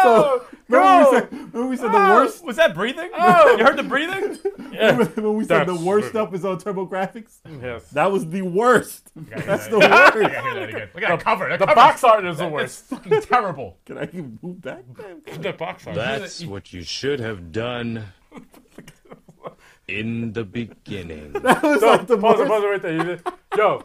So Remember when we said, remember when we said the
Oh,
worst? [LAUGHS]
Was that breathing?
[LAUGHS]
Oh.
You heard the [LAUGHS] breathing?
Remember when we said the
That's-
worst stuff is on Turbo Graphics?
Yes.
That was the worst.
gotta hear
That's
that
the
again.
worst.
We gotta hear that again. We gotta cover it. That
The
covers-
box art is the
that-
worst.
that's [LAUGHS] fucking terrible.
Can I even move [LAUGHS] back?
The box art.
That's what you should have done in the beginning.
That was
No,
like the
pause it,
worst.
pause it right there. You did- Yo,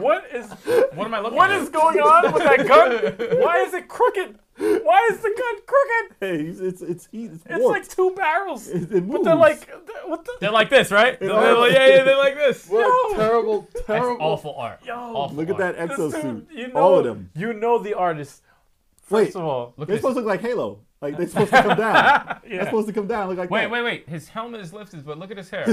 what is
[LAUGHS] what am I looking
What
at?
is going on with that gun? Why is it crooked? Why is the gun crooked?
Hey, it's it's it's, it's,
It's
warped.
like two barrels.
It, it
But they're
moves.
like, what the?
They're like this, right?
It
They're
all-
like- yeah, yeah, they're like this.
What
No.
terrible,
That's
terrible.
awful art. Awful
Look at
art.
that exosuit.
Dude, you know,
All of them.
You know the artist. First
Wait,
of all,
they're supposed to look like Halo. Like they're supposed to come down. They're
Yeah.
supposed to come down. and Look like
Wait,
that. [LAUGHS]
wait, wait. His helmet is lifted, but look at his hair.
[LAUGHS]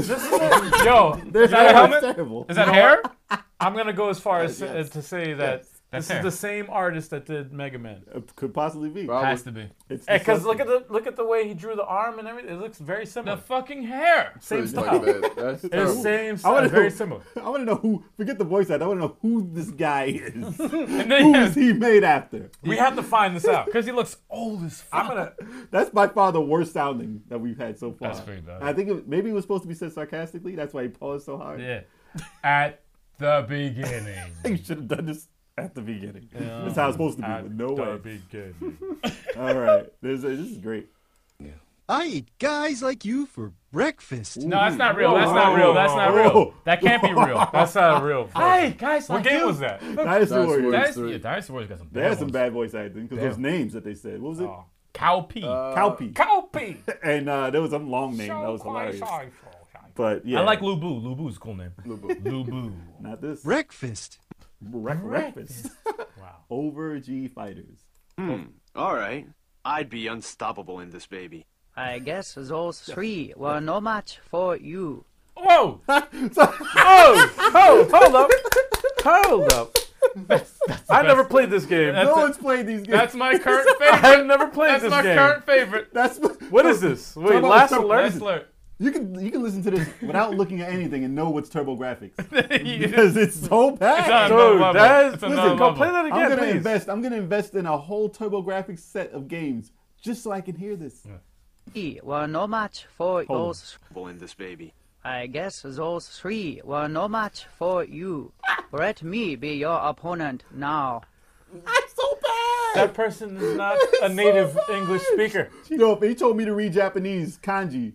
yo,
There's
that a helmet?
Terrible.
Is that hair?
[LAUGHS] I'm gonna go as far [LAUGHS] as
Yes.
uh, to say that
That's
this is
hair.
the same artist that did Mega Man.
It could possibly be.
Probably.
Has to be.
It's
Because
disgusting.
look at the look at the way he drew the arm and everything. It looks very similar.
The fucking hair.
same
It's like
style.
that. That's
It's
terrible.
same
I wanna
style.
know-
Very similar.
[LAUGHS] I want to know who. Forget the voice actor. I want to know who this
[LAUGHS]
guy is.
And
who
then
is he made after?
We have to find this out.
because he looks old as fuck.
I'm gonna.
That's by far the worst sounding that we've had so far.
That's pretty bad.
I think it, maybe it was supposed to be said sarcastically. That's why he paused so hard.
Yeah. At the beginning.
I think you should have done this at the beginning. That's how it's supposed to be. but no way.
Be good.
All right. This, this is great.
[LAUGHS] I eat guys like you for breakfast.
No, that's not real.
Whoa,
That's not
whoa,
real.
whoa,
That's not
whoa.
real. That can't be real.
That's not a real.
Hey, guys,
What
like
game
you.
was that?
Dinosaur
Dinosaur
Warriors.
Warriors.
Dinosaur,
three.
yeah, Dinosaur Warriors got some
They
bad
had some
ones.
bad voice acting because those
Damn.
names that they said. What was it?
Oh.
Cowpea.
Uh, Cowpea.
Cowpea.
and uh, there was some long name that was hilarious. But yeah,
I like Lubu. Lubu's a cool name.
Lubu.
Lubu.
[LAUGHS] not this
Breakfast.
Wreck- breakfast. wow. Over E G fighters.
[LAUGHS] All right. I'd be unstoppable in this baby.
I guess those three were no match for you.
Whoa! oh, oh, hold up, hold up. I never played this game.
no one's played these games.
That's my current
I
favorite.
never played
That's
this
my
game.
current favorite.
That's what.
What is this? Wait,
Turbo-
last
Turbo-
alert.
Let's learn.
You can you can listen to this without looking at anything and know what's Turbo Graphics because it's so bad.
It's on-
Dude,
Another
that
level.
is.
It's another
Listen, go
level.
play that
I'm
again,
gonna
please.
invest. I'm gonna invest in a whole Turbo Graphics set of games just so I can hear this.
Three were no match for
on.
those.
In this baby.
I guess those three were no match for you. Let me be your opponent now.
That person is not a native English speaker.
You know, if he told me to read Japanese kanji,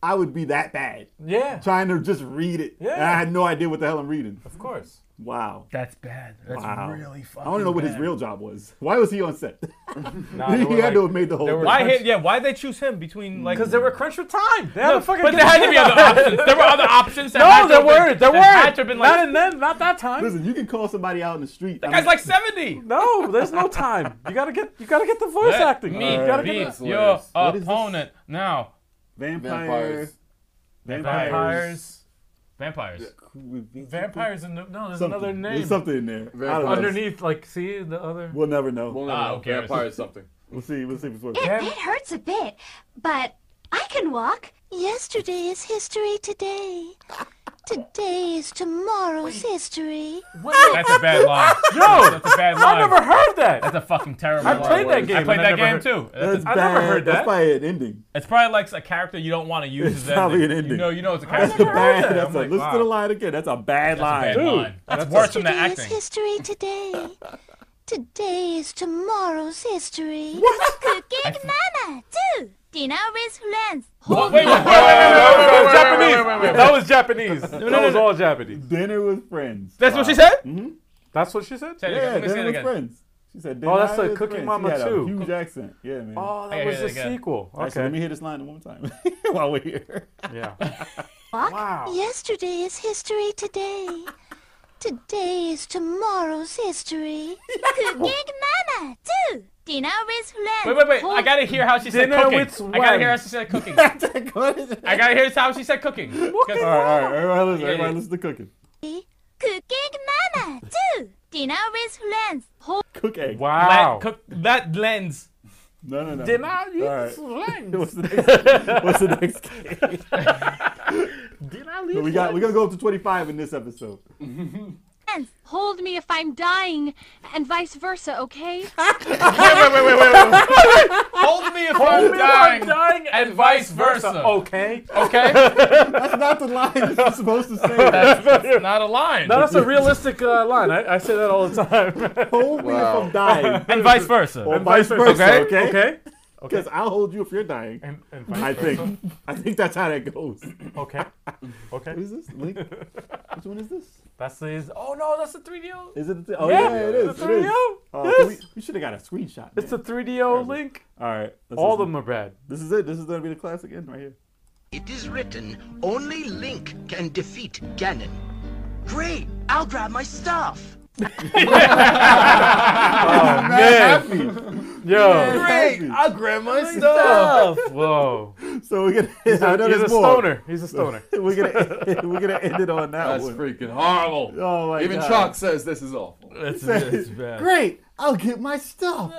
I would be that bad.
Yeah,
Trying to just read it. And I
Yeah.
had no idea what the hell I'm reading.
of course.
Wow.
That's bad. That's
Wow.
really
I
fucking
want to know what his
bad.
real job was. Why was he on set? [LAUGHS]
Nah,
he
they
had
were like-
to have made the whole
they were-
thing.
Why him? Yeah, why they choose him between like?
Because they were crunched for time. They had to fucking
but
get
there had to
the
be
shit
other
out of it.
options. There were other options. That had to
[LAUGHS] No, there
have been-
were. There were.
that Had to have been
not
like,
in then. Not that time.
Listen, you can call somebody out in the street. I
that [LAUGHS] guy's
mean,
like seventy.
No, there's no time. You
[LAUGHS]
gotta get. You gotta get the voice
Let
acting.
Me
you gotta
be
get.
this.
your
What is this?
opponent now.
vampire,
Vampires.
vampires,
[LAUGHS]
Vampires.
Vampires and no, there's
Something.
another name
There's something in there. I don't know.
underneath. Like, see the other.
We'll never know.
We'll
We'll,
never
Ah,
know.
who cares?
Vampire is something.
see. We'll see before.
Yeah.
It, it hurts a bit, but I can walk. Yesterday is history today. Today is tomorrow's history.
That's a bad line.
[LAUGHS] Yo,
That's a bad
I
line.
never heard that.
That's a fucking terrible.
I
line.
played that game.
I played
and
that game
never heard-
too.
That's
That's a-
I
bad.
never heard that.
That's probably an ending.
it's probably like a character you don't want to use.
It's
as
probably an ending.
You know, you know it's a
That's
character.
a
you don't want
bad.
to use.
That's
I'm
a,
like,
listen
wow.
to the line again. That's a bad line.
That's a bad line. That's, worse than the
Yesterday is
acting.
history today. Today is tomorrow's history. [LAUGHS] Cooking mama, too. Dinner with friends.
What? Wait, wait, wait, wait, wait, wait, wait, wait,
Japanese.
wait, wait, wait, wait.
That was Japanese. That was all Japanese.
Dinner with friends.
That's what she said.
That's what she said.
Say it again.
Yeah,
Let me say
dinner
it
with
again.
friends. She said.
Oh, that's
dinner
a
with
Cooking
friends. She
Mama
had a
too.
Huge accent. Yeah, man.
Oh,
I
that
gotta
was
hear
the
that again.
sequel.
Actually, let me
Okay.
hear this line one more time [LAUGHS] while we're here.
Yeah.
Walk. [LAUGHS]
Wow.
Yesterday is history today. Today is tomorrow's history. [LAUGHS] Cooking mama, too. Dinner with
Wait,
friends.
wait, wait. I gotta hear how she said
Dinner
cooking.
with
I gotta hear how she
Swan.
said cooking.
What is it?
I gotta hear how she said
[LAUGHS]
cooking. 'Cause-
All right, all right, everybody listen,
Yeah,
everybody
yeah.
listen to cooking.
Cooking mama, too. Dinner with friends.
Cook egg.
Wow.
That, cook, that lens.
No, no, no.
Dinner with
All right.
[LAUGHS]
What's
friends.
the next? What's the next game?
Dinner
So
with
we got. We're gonna go up to 25 in this episode.
hands. Hold me if I'm dying, and vice versa, okay?
wait, wait, wait, wait, wait, wait. Hold me if
Hold
I'm
me if
dying.
I'm dying
and vice versa.
Okay.
[LAUGHS]
Okay.
that's not the line you're supposed to say.
That's, that's not a line.
No, that's a realistic uh, line. I, I say that all the time.
Hold me if I'm dying.
And vice versa.
Or vice versa. Okay.
Okay.
Because I'll hold you if you're dying.
And, and vice
I
versa.
think. I think that's how that goes.
Okay. Okay.
[LAUGHS] What is this? Link? Which one is this?
That's his. Oh no, that's a 3DO.
Is it? The, oh
Yeah,
yeah, it is.
it's a
it is.
3DO.
Uh,
Yes.
We, we should have got a screenshot.
It's a
man.
3DO link.
All right. let's
All of
listen.
them are bad.
This is it. This is gonna be the classic end right here.
It is written, only Link can defeat Ganon. Great, I'll grab my stuff.
Oh man. [LAUGHS] Yo.
Great,
I'll grab my
Stuff.
[LAUGHS]
Whoa.
So we're gonna.
He's
[LAUGHS]
a-
I know
he's
there's
a
more.
stoner. He's
[LAUGHS]
a stoner.
we're gonna. [LAUGHS] We're gonna end it on that
That's
one.
freaking horrible.
Oh my
Even
God.
Chalk says this is awful.
That's,
Say, Great, I'll get my stuff.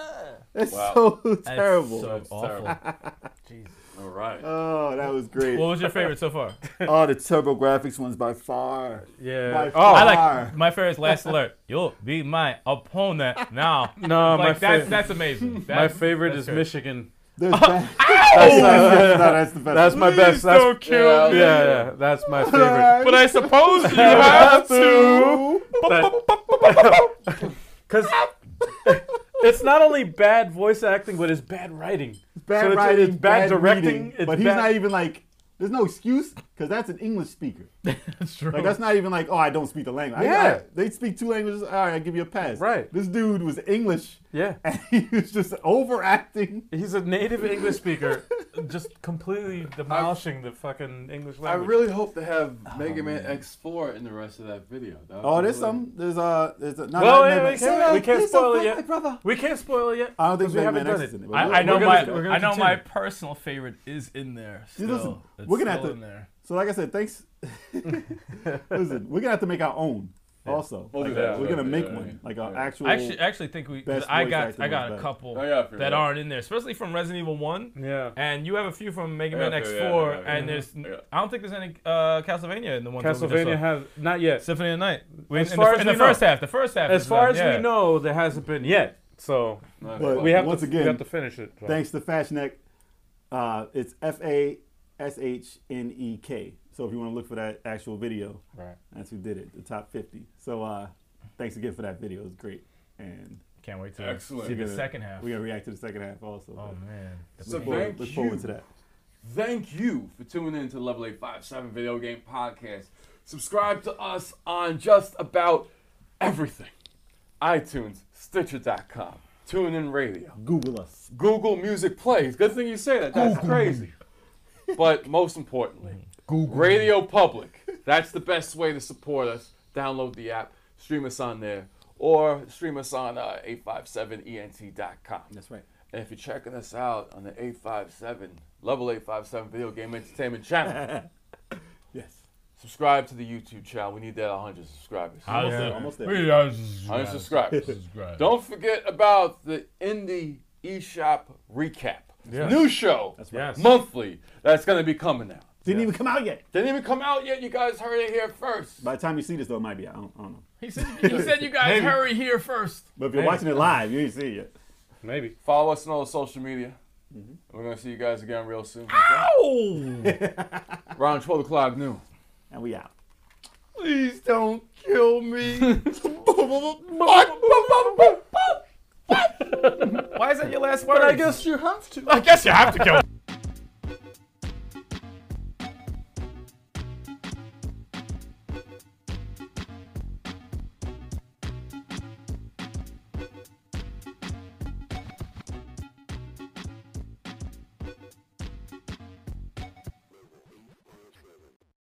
That's
Wow.
so [LAUGHS]
That's
terrible.
so That's awful. terrible.
Jesus.
All right.
Oh, that was great.
[LAUGHS] What was your favorite so far?
oh, the Turbo Graphics one's by far.
Yeah.
By
Oh.
[LAUGHS] I
far.
like my favorite's last alert. You'll be my
[LAUGHS]
opponent now.
No,
like,
my
that's
fav-
that's amazing. That-
my favorite
that's
is
great.
Michigan.
There's that.
That's,
No, that's the best
Oh, That's
one.
my best.
Please
That's,
don't kill
yeah,
me.
Yeah, yeah, that's my favorite.
Alright. But I
[LAUGHS]
suppose
you have to. [LAUGHS]
Because it's not only bad voice acting, but it's bad writing.
Bad
So it's-
writing,
it's bad, directing.
reading,
it's
but he's
bad-
not even like. There's no excuse because that's an English speaker.
[LAUGHS] That's true.
Like that's not even like, oh, I don't speak the language. I-
Yeah.
I- they speak two languages. All right, I give you a pass.
Right.
This dude was English.
Yeah.
[LAUGHS] And he was just overacting.
He's a native English speaker, [LAUGHS] just completely demolishing the fucking English
I
language.
really hope to have Mega Man X4 in the rest of that video. That would
Oh,
be
there's
really-
some. There's uh, there's a. No, no,
well, wait,
no,
we
no.
can't, we can't
Please
spoil
don't
it
fuck my
yet.
brother.
We can't spoil it yet.
I don't think
'cause we
Mega
haven't
Man
done
X is
it.
in it, but
I,
we'll-
I know
we're
my
gonna- we're gonna
I know my
continue.
personal favorite is in there.
See,
Still.
listen,
It's
we're gonna have
still
to-
in there.
So like I said, thanks. [LAUGHS] Listen, we're gonna have to make our own. Also,
We'll do
Like,
that.
we're gonna
Yeah,
make
yeah,
one,
yeah.
like an actual.
I actually, uh, actually think we. 'cause
best
I
voice
got
actor
I got a
was better.
couple
Oh, yeah, I figured
that
that.
aren't in there, especially from Resident Evil One.
Yeah.
And you have a few from Mega Man
Yeah, I
X4,
figured that. Yeah, yeah,
and
yeah.
there's
Yeah.
I don't think there's any uh, Castlevania in the one. that we just saw.
Castlevania has not yet.
Symphony of the Night. We-
As
in
far
the,
as
in
we
the first
know.
half, the first half.
As
is
far
done,
as
yeah.
we know, there hasn't been yet. So
But
we have
once
to,
again,
we have to finish it. though.
Thanks to Fashneck. Uh, it's F A S H N E K. So if you want to look for that actual video,
Right.
that's who did it, the top 50. So uh, thanks again for that video. It was great. And
Can't wait to
Excellent.
see the
gonna-
second half.
We're going to react to the second half also.
Oh man.
So
Look forward,
thank
look forward
you.
to that.
Thank you for tuning in to the Level 857 Video Game Podcast. Subscribe to us on just about everything iTunes, Stitcher.com, TuneIn Radio,
Google us.
Google Music Plays. Good thing you say that. That's crazy. [LAUGHS] But most importantly, Radio Public. That's the best way to support us. Download the app, stream us on there, or stream us on uh, 857ent.com.
That's right.
And if you're checking us out on the 857, level 857 Video Game Entertainment channel,
[LAUGHS] Yes.
subscribe to the YouTube channel. We need that 100 subscribers.
How's
Yeah,
the-
almost there.
we are subscribed.
100 subscribers.
Subscribed.
Don't forget about the indie eShop recap.
Yeah.
New show,
That's right.
Yes.
monthly, that's going to be coming out.
Didn't even come out yet.
Didn't even come out yet. You guys heard it here first.
By the time you see this, though, it might be out. I don't, I don't know.
He said, he said you guys hurry here first.
But if you're
Maybe.
watching it live, you ain't see it yet.
Maybe.
Follow us on all social media.
Mm-hmm.
We're going to see you guys again real soon. okay? Around 12 o'clock noon.
And we out.
[LAUGHS] Please don't kill
[LAUGHS]
me.
Why is that your last word?
you have to.
I guess you have to kill.